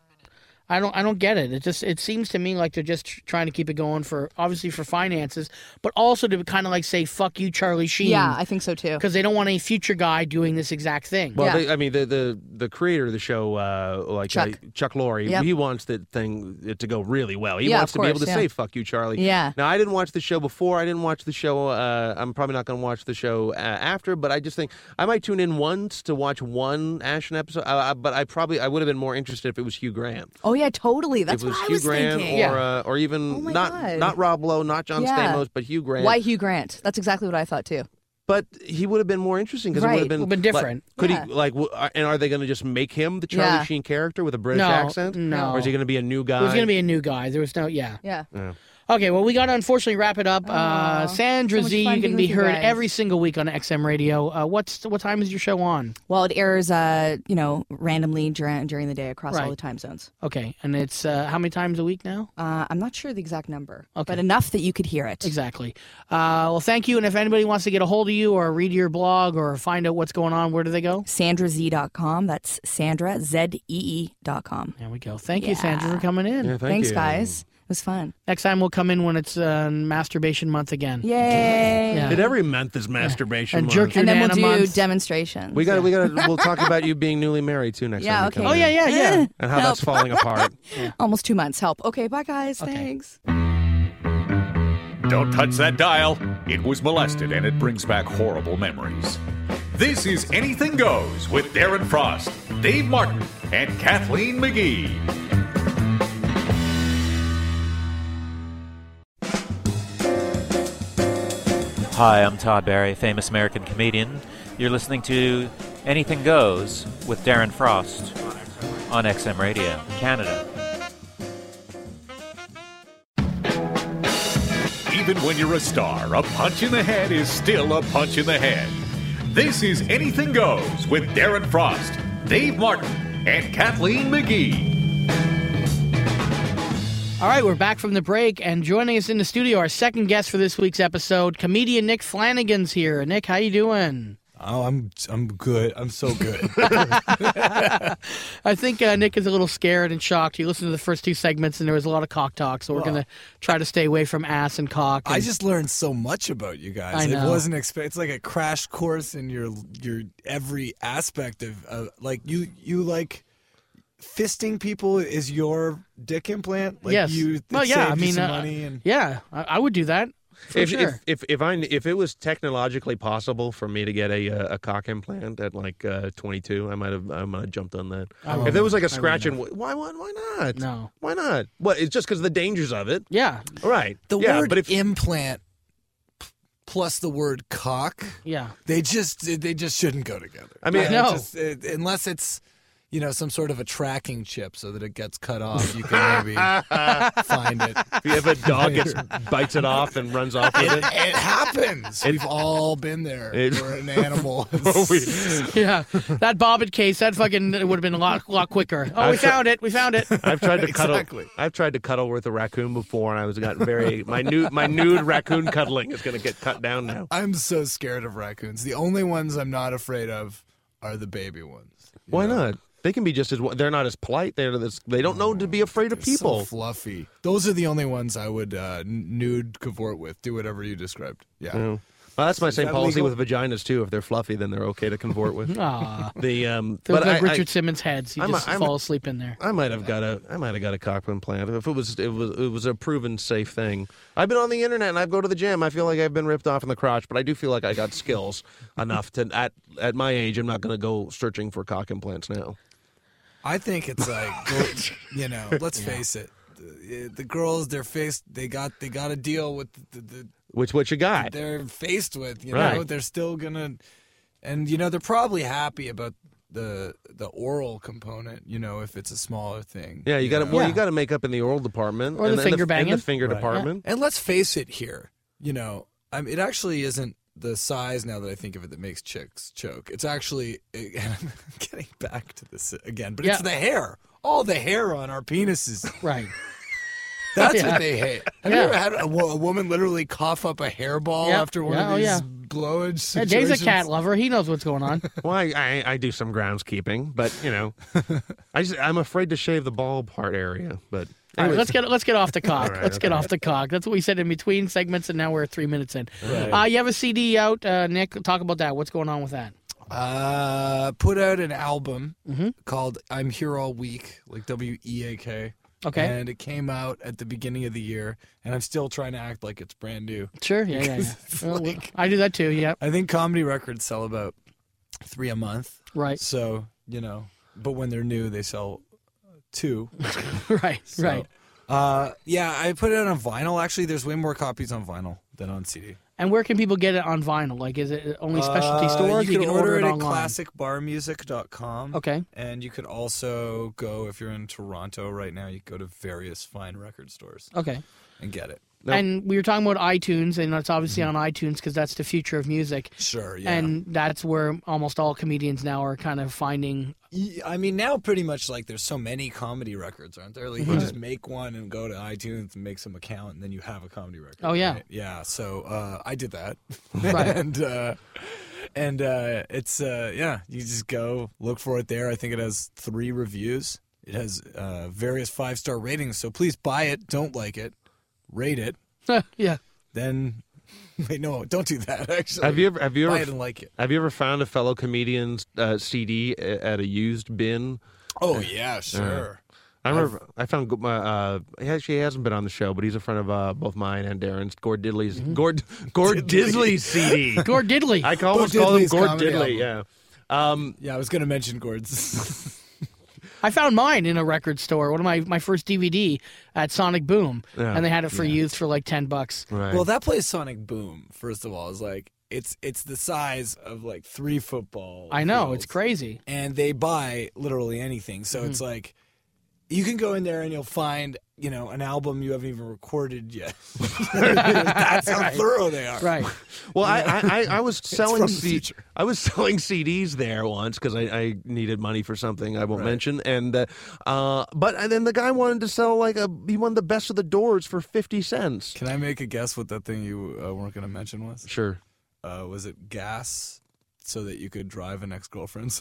I don't, I don't get it. It just it seems to me like they're just tr- trying to keep it going for obviously for finances, but also to kind of like say fuck you, Charlie Sheen.
Yeah, I think so too.
because they don't want any future guy doing this exact thing.
Well, they, uh, I mean, the, the the creator of the show, uh, like Chuck, uh,
Chuck.
Chuck Lorre,
Yep.
he wants the thing it to go really well. He
Yeah,
wants
of
to be able to
course, yeah.
say "fuck you, Charlie."
Yeah.
Now, I didn't watch the show before. I didn't watch the show. Uh, I'm probably not going to watch the show uh, after. But I just think I might tune in once to watch one Ashton episode. Uh, uh, but I probably I would have been more interested if it was Hugh Grant.
Oh yeah, totally. That's
if it was
what I
Hugh
was
Grant
thinking.
or uh, or even
Oh my
not
God.
not Rob Lowe, not John
Yeah.
Stamos, but Hugh Grant.
Why Hugh Grant? That's exactly what I thought too.
But he would have been more interesting because it
Right.
would have been,
Would've been
like,
different.
could
Yeah.
he like? W- are- and are they going to just make him the Charlie
Yeah.
Sheen character with a British
No,
accent?
no.
Or is he going to be a new guy?
There was going to be a new guy. There was no yeah.
Yeah. Oh,
Okay, well, we got to unfortunately wrap it up. Uh, Sandra
so much
Z,
fun
you
being
can be
with you
heard
guys.
every single week on XM Radio. Uh, what's what time is your show on?
Well, it airs, uh, you know, randomly during during the day across
Right.
all the time zones.
Okay, and it's uh, how many times a week now?
Uh, I'm not sure the exact number,
Okay.
but enough that you could hear it.
Exactly. Uh, well, thank you. And if anybody wants to get a hold of you or read your blog or find out what's going on, where do they go?
SandraZ.com. That's Sandra Z E dot com.
There we go. Thank you, Sandra, for coming in.
Thanks, guys. It was fun.
Next time we'll come in when it's uh, masturbation month again.
Yay!
Yeah.
And every month is masturbation.
And
month.
jerk your
And then we'll do
nana months.
demonstrations.
we got to we got to we'll talk about you being newly married too next
Yeah,
time. you
okay.
come
oh
in.
yeah, yeah, yeah.
And how that's falling apart.
Almost two months. Help. Okay, bye guys. Thanks.
Don't touch that dial. It was molested and it brings back horrible memories. This is Anything Goes with Darren Frost, Dave Martin, and Kathleen McGee.
Hi, I'm Todd Barry, famous American comedian. You're listening to Anything Goes with Darren Frost on XM Radio, Canada.
Even when you're a star, a punch in the head is still a punch in the head. This is Anything Goes with Darren Frost, Dave Martin, and Kathleen McGee.
All right, we're back from the break, and joining us in the studio, our second guest for this week's episode, comedian Nick Flanagan's here. Nick, how you doing?
Oh, I'm I'm good. I'm so good.
I think uh, Nick is a little scared and shocked. He listened to the first two segments, and there was a lot of cock talk, so we're gonna try to stay away from ass and cock.
I
and-
just learned so much about you guys.
I know.
It wasn't expect. It's like a crash course in your your every aspect of, of like you you like fisting people is your dick implant. Like
yes.
You, it
well, yeah.
saved
I
you
mean,
some
uh,
money and
yeah, I, I would do that for
if,
sure.
if if if I if it was technologically possible for me to get a uh, a cock implant at like uh, 22, I might have I might have jumped on that. if there was like a scratch and why why why not?
No.
Why not? What? It's just because of the dangers of it.
yeah,
Right.
the
yeah,
word
but if
implant p- plus the word cock,
yeah.
they just they just shouldn't go together.
I mean,
It
No.
just- it- unless it's you know some sort of a tracking chip so that it gets cut off, you can maybe find it.
if a dog gets bites it off and runs off with it.
It happens. We've all been there.
It-
We're an animal.
Yeah, that bobbit case, that fucking would have been a lot, lot quicker. Oh, we found it. We found it.
I've tried to
Exactly.
cuddle. I've tried to cuddle with a raccoon before, and I was got very my nude my nude raccoon cuddling is going to get cut down now.
I'm so scared of raccoons. The only ones I'm not afraid of are the baby ones. You
Why
know,
not? They can be just as they're not as polite. They're this, they don't know to be afraid of
they're so
people.
fluffy. Those are the only ones I would uh, n- nude cavort with. Do whatever you described. Yeah.
Well, that's my
Is
same
that
policy
legal? Ah.
with vaginas too. If they're fluffy, then they're okay to convert with.
Aw.
the um,
They're
but
like
I- I-
Richard Simmons heads. You
I'm a-
just
I'm a-
fall asleep in there.
I might have got a I might have got a cock implant if it was it was it was a proven safe thing. I've been on the internet and I go to the gym. I feel like I've been ripped off in the crotch, but I do feel like I got skills enough to at at my age. I'm not going to go searching for cock implants now.
I think it's like, well, you know, let's face it. The, the girls, they're faced. They got. They got to deal with the, the,
Which what you got?
they're faced with. You know,
Right.
they're still gonna, and you know, they're probably happy about the the oral component. You know, if it's a smaller thing.
Yeah, you got to
know?
well, you got to make up in the oral department
Or
and
the
and
finger
and
banging.
the finger
Right.
department.
And let's face it here, you know, I mean, it actually isn't the size now that I think of it that makes chicks choke. It's actually I'm getting back to this again, but it's
Yeah.
the hair. All the hair on our penises.
Right.
That's
Yeah.
what they hate. Have
Yeah.
you ever had a, wo- a woman literally cough up a hairball
Yeah.
after one
Yeah, oh,
of these
yeah.
blowage
Yeah,
situations?
Dave's a cat lover. He knows what's going on.
Well, I, I I do some groundskeeping, but you know, I just I'm afraid to shave the ball part area. But
All right,
anyways.
let's get let's get off the cock.
All right,
let's get
okay.
off the cock. That's what we said in between segments, and now we're three minutes in.
Right.
Uh, you have a CD out, uh, Nick. Talk about that. What's going on with that?
Uh, put out an album
Mm-hmm.
called "I'm Here All Week," like W E A K.
Okay.
And it came out at the beginning of the year, and I'm still trying to act like it's brand new.
Sure. Yeah, yeah, yeah.
Because it's
Well,
like-
I do that too. Yeah.
I think comedy records sell about three a month.
Right.
So you know, but when they're new, they sell two.
right. Right.
Uh, yeah, I put it on vinyl. Actually, there's way more copies on vinyl than on CD.
And where can people get it on vinyl? Like, is it only specialty
Uh,
stores?
You can, order, it, at
online.
classicbarmusic.com.
Okay.
And you could also go, if you're in Toronto right now, you could go to various fine record stores.
Okay.
And get it.
And we were talking about iTunes, and it's obviously on iTunes because that's the future of music.
Sure, yeah.
And that's where almost all comedians now are kind of finding.
Y- I mean, now pretty much like there's so many comedy records, aren't there? Like you
Mhm.
just make one and go to iTunes and make some account, and then you have a comedy record.
Oh, yeah.
right? yeah. So uh, I did that,
Right.
and uh, and uh, it's uh, yeah, you just go look for it there. I think it has three reviews. It has uh, various five star ratings. So please buy it. Don't like it, rate it.
yeah.
Then wait, no, don't do that. Actually,
Have you ever have you ever
buy it and like it?
Have you ever found a fellow comedian's uh, CD a- at a used bin?
Oh yeah,
Uh,
sure.
I remember I found Gu- my. Uh, he actually hasn't been on the show, but he's a friend of uh, both mine and Darren's. Gord Diddley's
Mm-hmm.
Gord Gord Diddley's CD.
Gord Diddley.
I ca- almost called him
Diddley's
Gord
comedy
Diddley. Yeah. Um,
yeah, I was gonna mention Gord's.
I found mine in a record store. One of my, my first DVD at Sonic Boom,
Yeah.
and they had it for
Yeah.
youth for like ten bucks.
Well, that plays Sonic Boom. First of all, is like it's it's the size of like three football.
I know it's crazy.
and they buy literally anything. So it's
Mhm.
like you can go in there and you'll find you know an album you haven't even recorded yet. That's how
Right.
thorough they are.
Right.
Well, I,
Yeah.
I, I, I was
It's
selling
from the
C-
future.
I was selling CDs there once because I, I needed money for something I won't mention, and uh, uh, but and then the guy wanted to sell like a he wanted the best of the Doors for fifty cents.
Can I make a guess what that thing you uh, weren't going to mention was?
Sure.
Uh, was it gas? So that you could drive an ex-girlfriend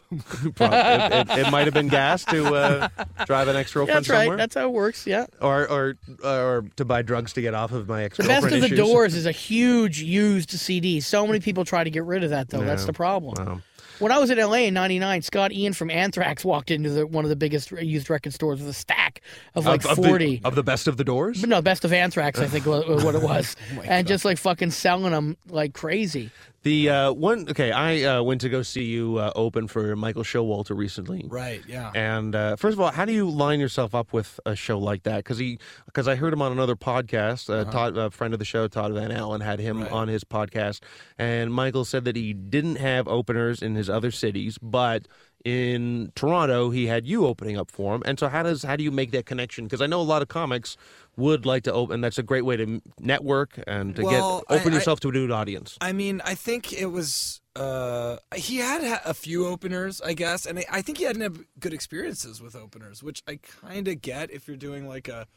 Prob- it, it, it might have been gas to uh, drive an ex
Yeah,
girlfriend
that's right.
somewhere,
That's how it works. Yeah.
or, or or to buy drugs to get off of my ex
The
girlfriend.
best of the Doors is a huge used CD. So many people try to get rid of that, though. That's
Yeah.
the problem.
Wow.
When I was in LA in '99, Scott Ian from Anthrax walked into the, one of the biggest used record stores with a stack of like
of,
forty. Mm-hmm.
the, of the best of the Doors.
But no, best of Anthrax, I think, wa- wa- what it was,
Oh my
and just like fucking selling them like crazy.
The uh, one, okay, I uh, went to go see you uh, open for Michael Showalter recently.
Right, yeah.
And uh, first of all, how do you line yourself up with a show like that? Because he, because I heard him on another podcast.
Uh-huh.
Uh, Todd, a friend of the show, Todd Van Allen, had him on his podcast, and Michael said that he didn't have openers in his other cities, but in Toronto he had you opening up for him. And so how does how do you make that connection? Because I know a lot of comics would like to open, and that's a great way to m- network and to
Well, I-
get open
I-
yourself to a new audience.
I mean, I think it was. Uh, he had ha- a few openers, I guess, and I, I think he hadn't had good experiences with openers, which I kind of get if you're doing like a,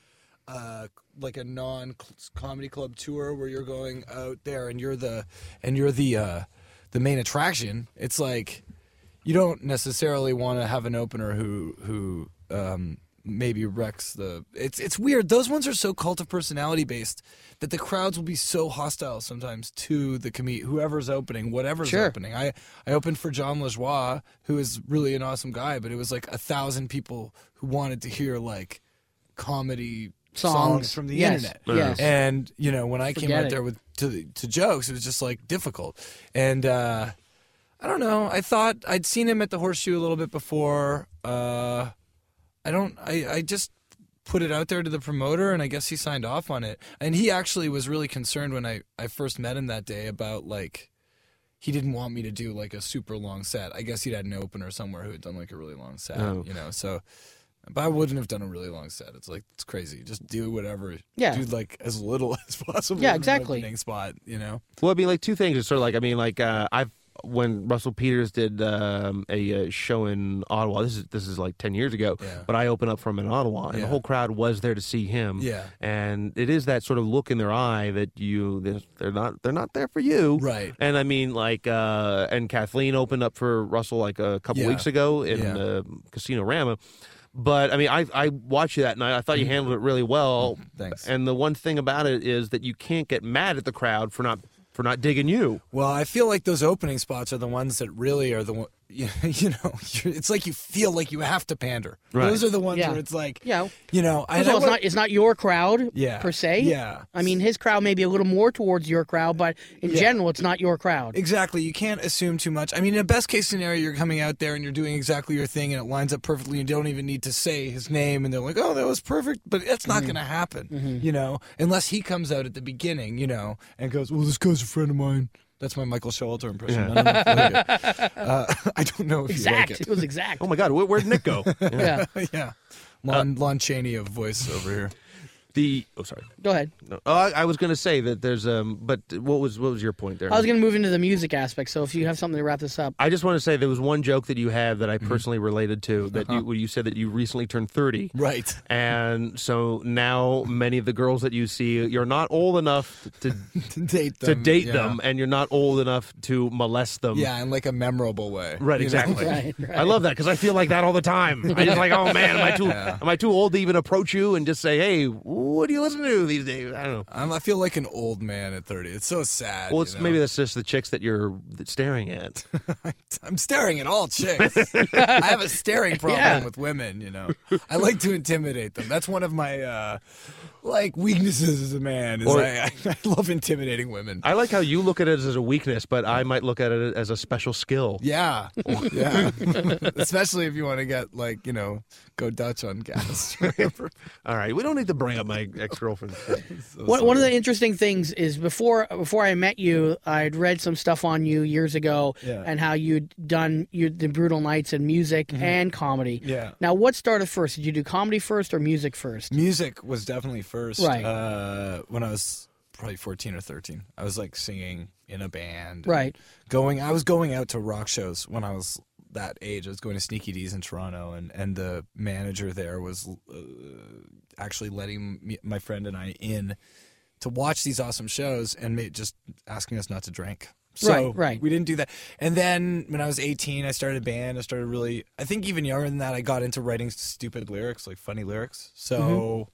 uh, like a non comedy club tour where you're going out there and you're the and you're the uh, the main attraction. It's like you don't necessarily want to have an opener who who um, maybe wrecks the. It's it's weird. Those ones are so cult of personality based that the crowds will be so hostile sometimes to the comedian, whoever's opening, whatever's
Sure.
opening. I I opened for John Lajoie, who is really an awesome guy, but it was like a thousand people who wanted to hear like comedy songs,
Songs.
from the
Yes.
internet.
Yes.
And you know when I came
Forget
out
it.
there with to the- to jokes, it was just like difficult and. uh I don't know. I thought I'd seen him at the horseshoe a little bit before. Uh, I don't. I, I just put it out there to the promoter, and I guess he signed off on it. And he actually was really concerned when I I first met him that day about like he didn't want me to do like a super long set. I guess he'd had an opener somewhere who had done like a really long set.
Oh.
You know, so. But I wouldn't have done a really long set. It's like it's crazy. Just do whatever.
Yeah.
Do like as little as possible.
Yeah,
in an
exactly.
opening spot. You know.
Well, I mean, like two things. It's sort of like I mean, like uh, I've when Russell Peters did um, a uh, show in Ottawa. This is this is like ten years ago, but I opened up for him in Ottawa, and
Yeah.
the whole crowd was there to see him.
Yeah.
and it is that sort of look in their eye that you they're- they're not they're not there for you,
right?
And I mean, like, uh, and Kathleen opened up for Russell like a couple
Yeah.
weeks ago in
Yeah.
uh, Casino Rama. But I mean, I I watched you that night. I thought you handled it really well.
Thanks.
And the one thing about it is that you can't get mad at the crowd for not for not digging you.
Well, I feel like those opening spots are the ones that really are the one. You, you know, you're, it's like you feel like you have to pander. Those are the ones
Yeah.
where it's like,
Yeah.
you know, I
First of all,
know
it's not it's not your crowd
Yeah.
per se.
Yeah.
I mean, his crowd may be a little more towards your crowd, but in general, it's not your crowd.
Exactly. You can't assume too much. I mean, in a best case scenario, you're coming out there and you're doing exactly your thing and it lines up perfectly. You don't even need to say his name and they're like, oh, that was perfect. But that's not
Mm-hmm.
Mhm.
going to happen, you know, unless he comes out at the beginning, you know, and goes, well, this guy's a friend of mine. That's my Michael Showalter impression.
Yeah.
I, don't know if you like it. Uh, I don't know if
Exact.
you like it.
It was exact.
Oh my God, where, where'd Nick go?
Yeah.
Uh,
yeah. Lon, Lon Chaney of voice over here.
The oh sorry.
Go ahead.
No, oh, I, I was going to say that there's um, but what was what was your point there?
I was going to move into the music aspect, so if you have something to wrap this up,
I just want to say there was one joke that you had that I personally related to that you where you said that you recently turned 30.
Right.
And so now many of the girls that you see you're not old enough to
to date
to
them,
date
yeah.
them and you're not old enough to molest them.
Yeah, in like a memorable way.
Right,
you know?
exactly. I love that because I feel like that all the time. I just like, oh man, am I too
Yeah.
am I too old to even approach you and just say, hey, what do you listen to these days? I don't know.
I'm, I feel like an old man at 30. It's so sad.
Well,
you
it's
know?
maybe that's just the chicks that you're staring at.
I'm staring at all chicks. I have a staring problem
Yeah.
with women. You know, I like to intimidate them. That's one of my uh, like weaknesses as a man. Is
Or-
I, I, I love intimidating women.
I like how you look at it as a weakness, but I might look at it as a special skill.
Yeah, yeah. Especially if you want to get like you know go Dutch on gas.
All right, we don't need to bring up my ex girlfriend.
One, one of the interesting things is before before I met you, I'd read some stuff on you years ago
Yeah. Mm-hmm.
and how you'd done you the brutal nights in music and comedy.
Yeah.
Now, what started first? Did you do comedy first or music first?
Music was definitely first.
Right.
Uh, when I was probably 14 or 13, I was like singing in a band. and
Right.
Going, I was going out to rock shows when I was that age. I was going to Sneaky D's in Toronto, and and the manager there was uh, actually letting me, my friend and I in to watch these awesome shows and ma- just asking us not to drink. So
Right, right.
we didn't do that. And then when I was 18, I started a band. I started really, I think even younger than that, I got into writing stupid lyrics, like funny lyrics. So
Mhm.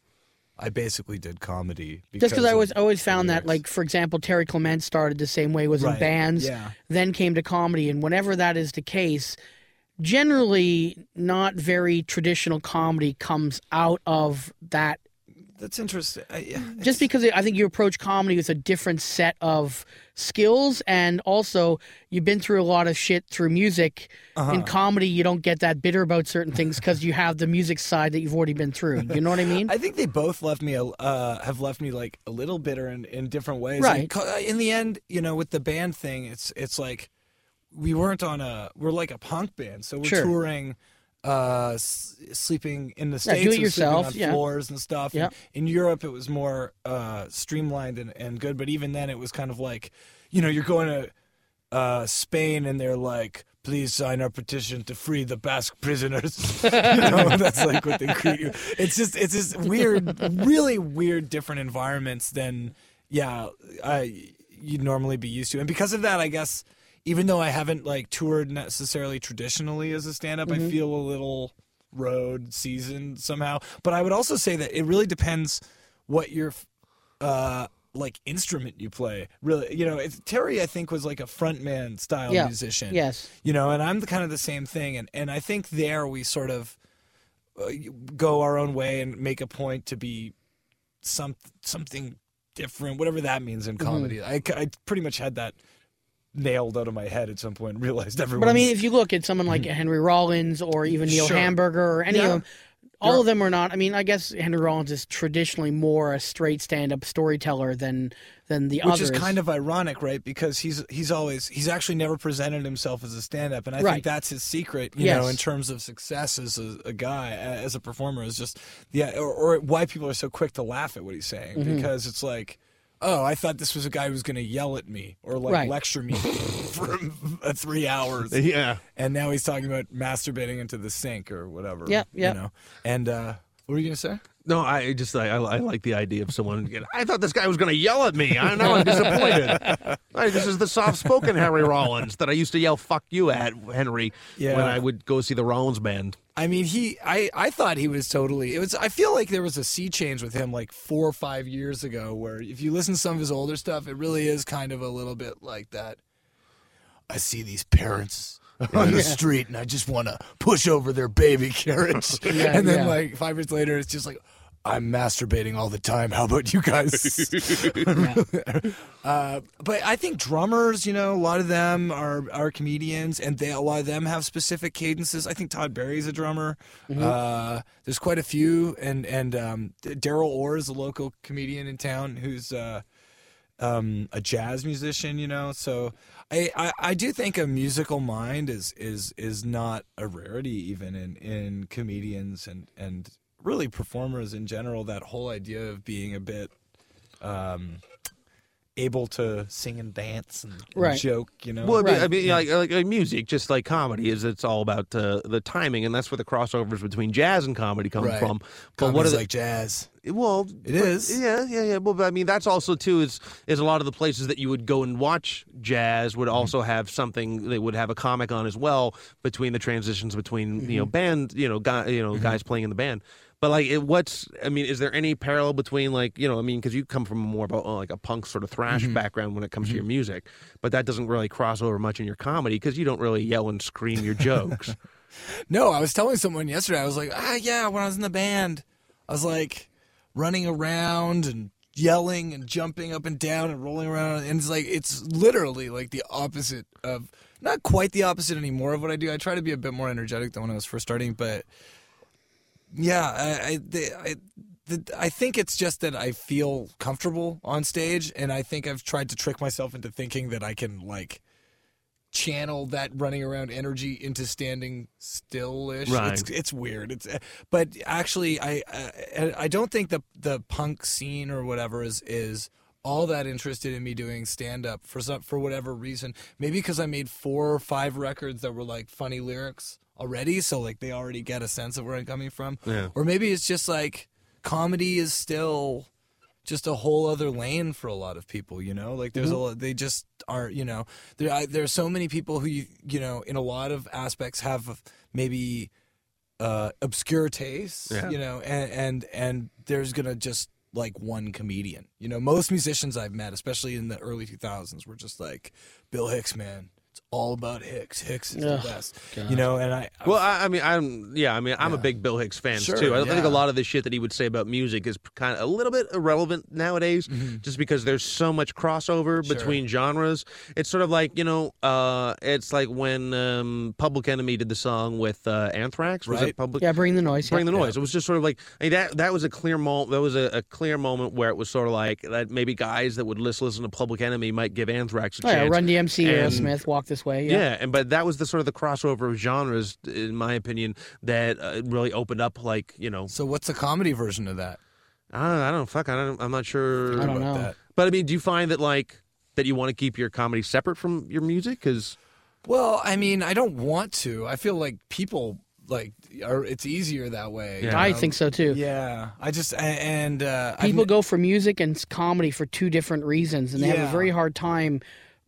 I basically did comedy.
Just because I
of-
always always found that, like for example, Terry Clement started the same way, was in
Right,
bands,
yeah.
then came to comedy, and whenever that is the case, generally not very traditional comedy comes out of that
That's interesting. I, yeah.
just because I think you approach comedy with a different set of skills, and also you've been through a lot of shit through music.
Uh-huh.
In comedy, you don't get that bitter about certain things because you have the music side that you've already been through. You know what I mean?
I think they both left me, uh, have left me like a little bitter in, in different ways.
Right.
Like, co- in the end, you know, with the band thing, it's it's like we weren't on a, we're like a punk band, so we're
Sure.
touring, uh, s- sleeping in the
Yeah,
states,
do it
and sleeping
yourself,
on
yeah.
floors and stuff.
Yeah.
And in Europe, it was more uh, streamlined and, and good, but even then, it was kind of like, you know, you're going to uh, Spain and they're like, please sign our petition to free the Basque prisoners. you know, that's like what they greet you. It's just, it's just weird, really weird, different environments than, yeah, I you'd normally be used to. And because of that, I guess, even though I haven't like toured necessarily traditionally as a stand up,
Mhm.
I feel a little road season somehow. But I would also say that it really depends what your uh, like instrument you play. Really, you know, if Terry I think was like a frontman style
Yeah.
musician.
Yes.
You know, and I'm the kind of the same thing, and and I think there we sort of uh, go our own way and make a point to be some something different, whatever that means in
Mhm.
comedy. I, I pretty much had that nailed out of my head at some point and realized everyone
But I mean, if you look at someone like Henry Rollins or even Neil
Um, hmm. Sure.
Hamburger or any
Yeah.
of them, all of them are not. I mean, I guess Henry Rollins is traditionally more a straight stand-up storyteller than than the
which
others.
is kind of ironic, right? Because he's he's always he's actually never presented himself as a stand-up, and I
Right.
think that's his secret, you know,
Yes.
in terms of success as a, a guy, a- as a performer, is just yeah, or, or why people are so quick to laugh at what he's saying
Mhm.
because it's like. Oh, I thought this was a guy who was going to yell at me or like
Right.
lecture me for uh, three hours.
Yeah.
and now he's talking about masturbating into the sink or whatever.
Yep,
you
yep.
know. And uh, what were you going to say?
No, I just I, I, I like the idea of someone. I thought this guy was going to yell at me. I know I'm disappointed. Hey, this is the soft-spoken Harry Rollins that I used to yell "fuck you" at Henry
Yeah.
when I would go see the Rollins band.
I mean, he. I, I thought he was totally. It was. I feel like there was a sea change with him like four or five years ago, where if you listen to some of his older stuff, it really is kind of a little bit like that. I see these parents on the
Yeah.
street, and I just want to push over their baby carriage.
Yeah,
and then
yeah.
like five years later, it's just like I'm masturbating all the time. How about you guys? Uh, but I think drummers, you know, a lot of them are are comedians, and they a lot of them have specific cadences. I think Todd Berry's a drummer.
Mhm.
Uh, there's quite a few, and and um, D- Daryl Orr is a local comedian in town who's uh, um, a jazz musician. You know, so I, I I do think a musical mind is is is not a rarity even in in comedians and and really performers in general. That whole idea of being a bit. Um, able to sing and dance and, and
Right.
joke, you know.
Well, I mean, I mean like, like, like music, just like comedy, is it's all about uh, the timing, and that's where the crossovers between jazz and comedy come
Right.
from.
Comedy's
the-
like jazz?
Well,
It is.
Yeah, yeah, yeah. Well, but I mean, that's also too is is a lot of the places that you would go and watch jazz
Mm-hmm.
would also have something they would have a comic on as well between the transitions between you
Mm-hmm.
know
Mhm.
band you know guy you know guys playing in the band. But like, it, what's I mean, is there any parallel between like you know I mean because you come from more of a, like a punk sort of thrash
Mhm.
background when it comes
Mhm.
to your music, but that doesn't really cross over much in your comedy because you don't really yell and scream your jokes.
No, I was telling someone yesterday. I was like, ah, yeah. When I was in the band, I was like running around and yelling and jumping up and down and rolling around, and it's like it's literally like the opposite of not quite the opposite anymore of what I do. I try to be a bit more energetic than when I was first starting, but yeah, I I, the, I, the, I think it's just that I feel comfortable on stage, and I think I've tried to trick myself into thinking that I can like channel that running around energy into standing still-ish.
Right.
It's, it's weird. It's uh, but actually, I, I I don't think the the punk scene or whatever is is all that interested in me doing stand up for some for whatever reason. Maybe because I made four or five records that were like funny lyrics already, so like they already get a sense of where I'm coming from.
Yeah.
Or maybe it's just like comedy is still just a whole other lane for a lot of people, you know? Like there's a
Mm-hmm.
Mhm.
lot they just are, you know, there I, there are so many people who you, you know, in a lot of aspects have maybe uh obscure tastes,
Yeah.
you know, and and and there's going to just like one comedian. You know, most musicians I've met, especially in the early 2000s, were just like Bill Hicks, man. It's all about Hicks. Hicks is
Ugh,
the best.
God.
You know, and I
Well, I, I mean, I'm yeah. I mean, I'm a big Bill Hicks fan
Sure,
too. I, I think
yeah.
a lot of the shit that he would say about music is kind of a little bit irrelevant nowadays,
Mm-hmm.
just because there's so much
Sure.
crossover between genres. It's sort of like you know, uh, it's like when um, Public Enemy did the song with uh, Anthrax. Was
Right.
it Public?
Yeah, Bring the Noise, yeah.
Bring the
Yeah.
noise. It was just sort of like I mean, that. That was a clear moment. That was a, a clear moment where it was sort of like that. Maybe guys that would listen listen to Public Enemy might give Anthrax a
Oh, yeah,
chance.
Run DMC,
And-
Aerosmith, Walk This Way.
yeah. and but that was the sort of the crossover of genres, in my opinion, that uh, really opened up. Like you know,
so what's the comedy version of that?
I don't, I don't fuck. I don't. I'm not sure.
I don't About know. that.
But I mean, do you find that like that you want to keep your comedy separate from your music? Because
Well, I mean, I don't want to. I feel like people like are it's easier that way. you
Yeah. I
know?
think so, too.
Yeah, I just a- and uh, I've
People go for music and s- comedy for two different reasons, and they have
Yeah.
a very hard time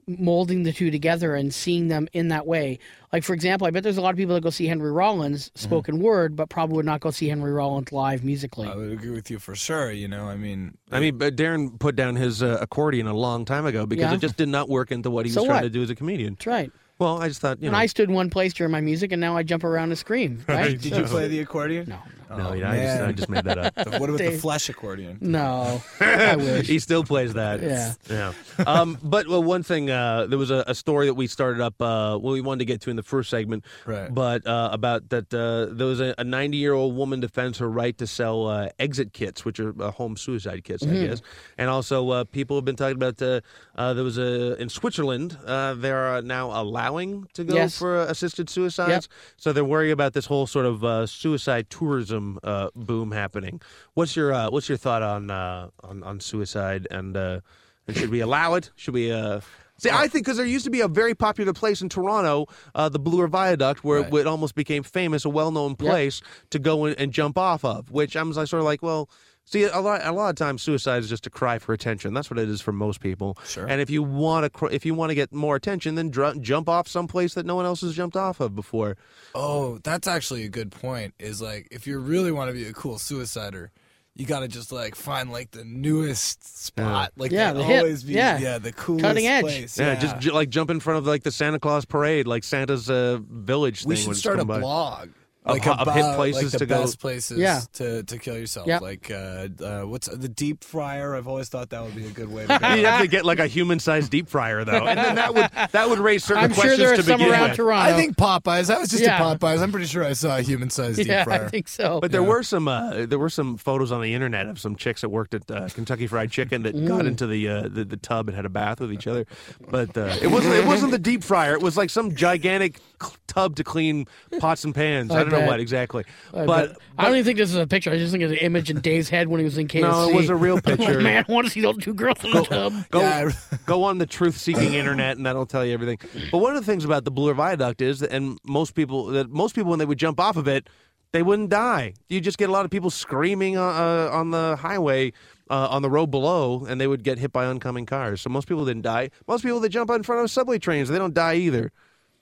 molding the two together and seeing them in that way. Like for example, I bet there's a lot of people that go see Henry Rollins
Mm-hmm.
spoken word, but probably would not go see Henry Rollins live musically.
I would agree with you for sure. You know, I mean,
I mean, but Darren put down his uh, accordion a long time ago because
Yeah.
it just did not work into what he
So
was trying
what?
to do as a comedian.
That's right.
Well, I just thought, you
and
know,
I stood in one place during my music, and now I jump around and scream. Right?
Did you play the accordion? No.
No, you know, I just- I just made that up.
What about the
Dave.
flesh accordion?
No, I wish.
he still plays that.
Yeah.
yeah. Um, but well, one thing, uh, there was a, a story that we started up. Uh, well, we wanted to get to in the first segment,
Right.
But uh, about that, uh, there was a 90 year old woman defends her right to sell uh, exit kits, which are uh, home suicide kits, I
Mhm.
guess. And also, uh, people have been talking about uh, uh, there was a in Switzerland uh, they are now allowing to go
Yes.
for uh, assisted suicides. So they're worried about this whole sort of uh, suicide tourism uh, boom happening. What's your uh, What's your thought on uh, on, on suicide and uh, and should we allow it? Should we? Uh, See, I think because there used to be a very popular place in Toronto, uh, the Bloor Viaduct, where it,
Right.
almost became famous, a well-known place to go in and jump off of. Which I'm like, sort of like, well, see, a lot, a lot of times suicide is just a cry for attention. That's what it is for most people. Sure. And if you want to, cr- if you want to get more attention, then dr- jump off someplace that no one else has jumped off of before.
Oh, that's actually a good point. Is like if you really want to be a cool suicider, you got to just like find like the newest spot. Like
Yeah,
they
the hip.
always be
Yeah.
the coolest
Cutting edge.
place.
Yeah, just j- like jump in front of like the Santa Claus parade, like Santa's uh, village.
we
thing
should
when it's
start a
come by.
blog.
Of
Like
ho- of
about,
hit places
like the
to go.
best places
Yeah.
to, to kill yourself.
Yep.
Like uh, uh, what's the deep fryer? I've always thought that would be a good way. To go.
You'd have to get like a human-sized deep fryer though, and then that would that would raise certain
I'm sure
questions
there are
to
some
begin
around
with.
Toronto. I think Popeyes. That was just a Yeah.
Popeyes.
I'm pretty sure I saw a human-sized
deep Yeah, I fryer. think so.
But there
Oh, Yeah.
were some uh, there were some photos on the internet of some chicks that worked at uh, Kentucky Fried Chicken that got
Mm.
into the, uh, the the tub and had a bath with each other. But uh, it wasn't it wasn't the deep fryer. It was like some gigantic cl- tub to clean pots and pans. I,
I
don't know
bet.
what exactly,
I
but.
bet. I don't even think this is a picture. I just think it's an image in Dave's head when he was in KFC.
No, it was a real
I'm like,
picture.
Man, I want to see those two girls in the tub.
Go, go on the truth-seeking internet, and that'll tell you everything. But one of the things about the Bloor Viaduct is, that, and most people that most people when they would jump off of it, they wouldn't die. You just get a lot of people screaming uh, uh, on the highway, uh, on the road below, and they would get hit by oncoming cars. So most people didn't die. Most people that jump out in front of subway trains, they don't die either.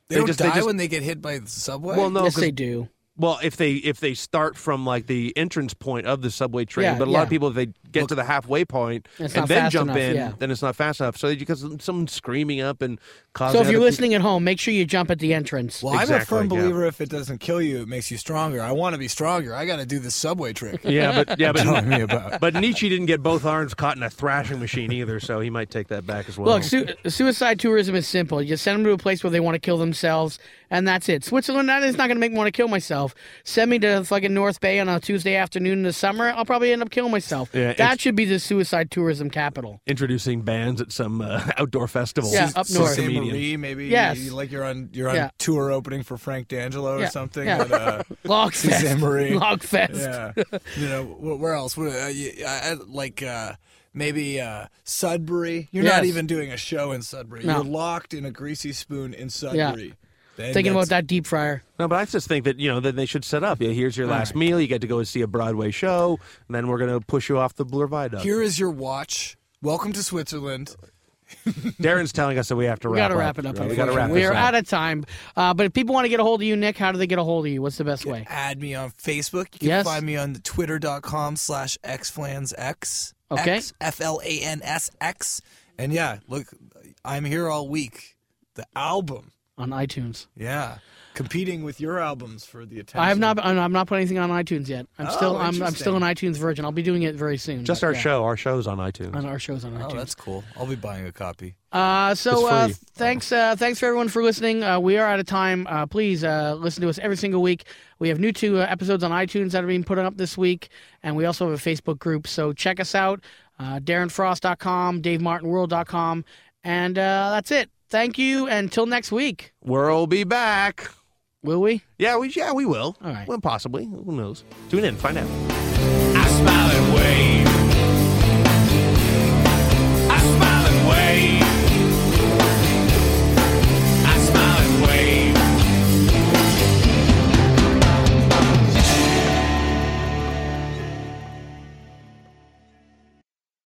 They, don't die when they get hit by the subway.
Well, no, 'cause-
do.
Well, if they if they start from like the entrance point of the subway train,
Yeah,
but a lot of
yeah.
people if they get to the halfway point
It's
and
not
then
fast
jump
enough,
in,
yeah.
then it's not fast enough. So because someone's screaming up and causing.
So if
other
you're
peop-
listening at home, make sure you jump at the entrance.
Well, I'm a firm believer if it doesn't kill you, it makes you stronger. I want to be stronger. I got to do this subway trick.
yeah, but yeah, but
telling me about.
but Nietzsche didn't get both arms caught in a thrashing machine either, so he might take that back as well.
Look, su- suicide tourism is simple. You send them to a place where they want to kill themselves, and that's it. Switzerland that is not going to make me want to kill myself. Send me to fucking North Bay on a Tuesday afternoon in the summer, I'll probably end up killing myself.
Yeah, it's-
that should be the suicide tourism capital.
Introducing bands at some uh, outdoor festival.
Yeah, up north.
Saint
Comedian.
Marie, maybe.
Yes.
Like you're on you're on
Yeah.
tour opening for Frank D'Angelo
Yeah,
or something.
yeah.
But, uh,
Logfest.
Saint Marie.
Logfest.
Yeah. You know wh- where else? What, uh, you, I, I, like uh, maybe uh, Sudbury. You're not
Yes.
even doing a show in Sudbury.
No.
You're locked in a greasy spoon in Sudbury. Then
Thinking about
that's-
that deep fryer.
No, but I just think that you know that they should set up. Yeah, here's your
All
last meal. You get to go see a Broadway show, and then we're gonna push you off the Bloor Viaduct.
Here is your watch. Welcome to Switzerland.
Darren's telling us that we have to
We
wrap
got to wrap it up.
Yeah, we got to wrap
unfortunately. we
this
are
up.
out of time. Uh, but if people want to get a hold of you, Nick, how do they get a hold of you? What's the best way?
Add me on Facebook. You can
Yes.
find me on the twitter.com slash xflansx.
Okay.
X, F-L-A-N-S-X. And yeah, look, I'm here all week. The album.
On iTunes.
Yeah. Competing with your albums for the attention.
I have not. I'm I'm not putting anything on iTunes yet. I'm
Oh,
still. I'm, I'm still an
interesting.
iTunes virgin. I'll be doing it very soon.
Just
but
our
yeah.
show. Our show's on iTunes.
On our shows on
Oh,
iTunes.
that's cool. I'll be buying a copy.
Uh,
It's
so uh,
free.
thanks, uh, thanks for everyone for listening. Uh, we are out of time. Uh, please uh, listen to us every single week. We have new two uh, episodes on iTunes that are being put up this week, and we also have a Facebook group. So check us out: uh, DarrenFrost.com, DaveMartinWorld.com, and uh, that's it. Thank you. Until next week.
We'll be back.
Will we?
Yeah, we yeah we will. All
right.
Well, possibly. Who knows? Tune in. Find out.
I smile and wave.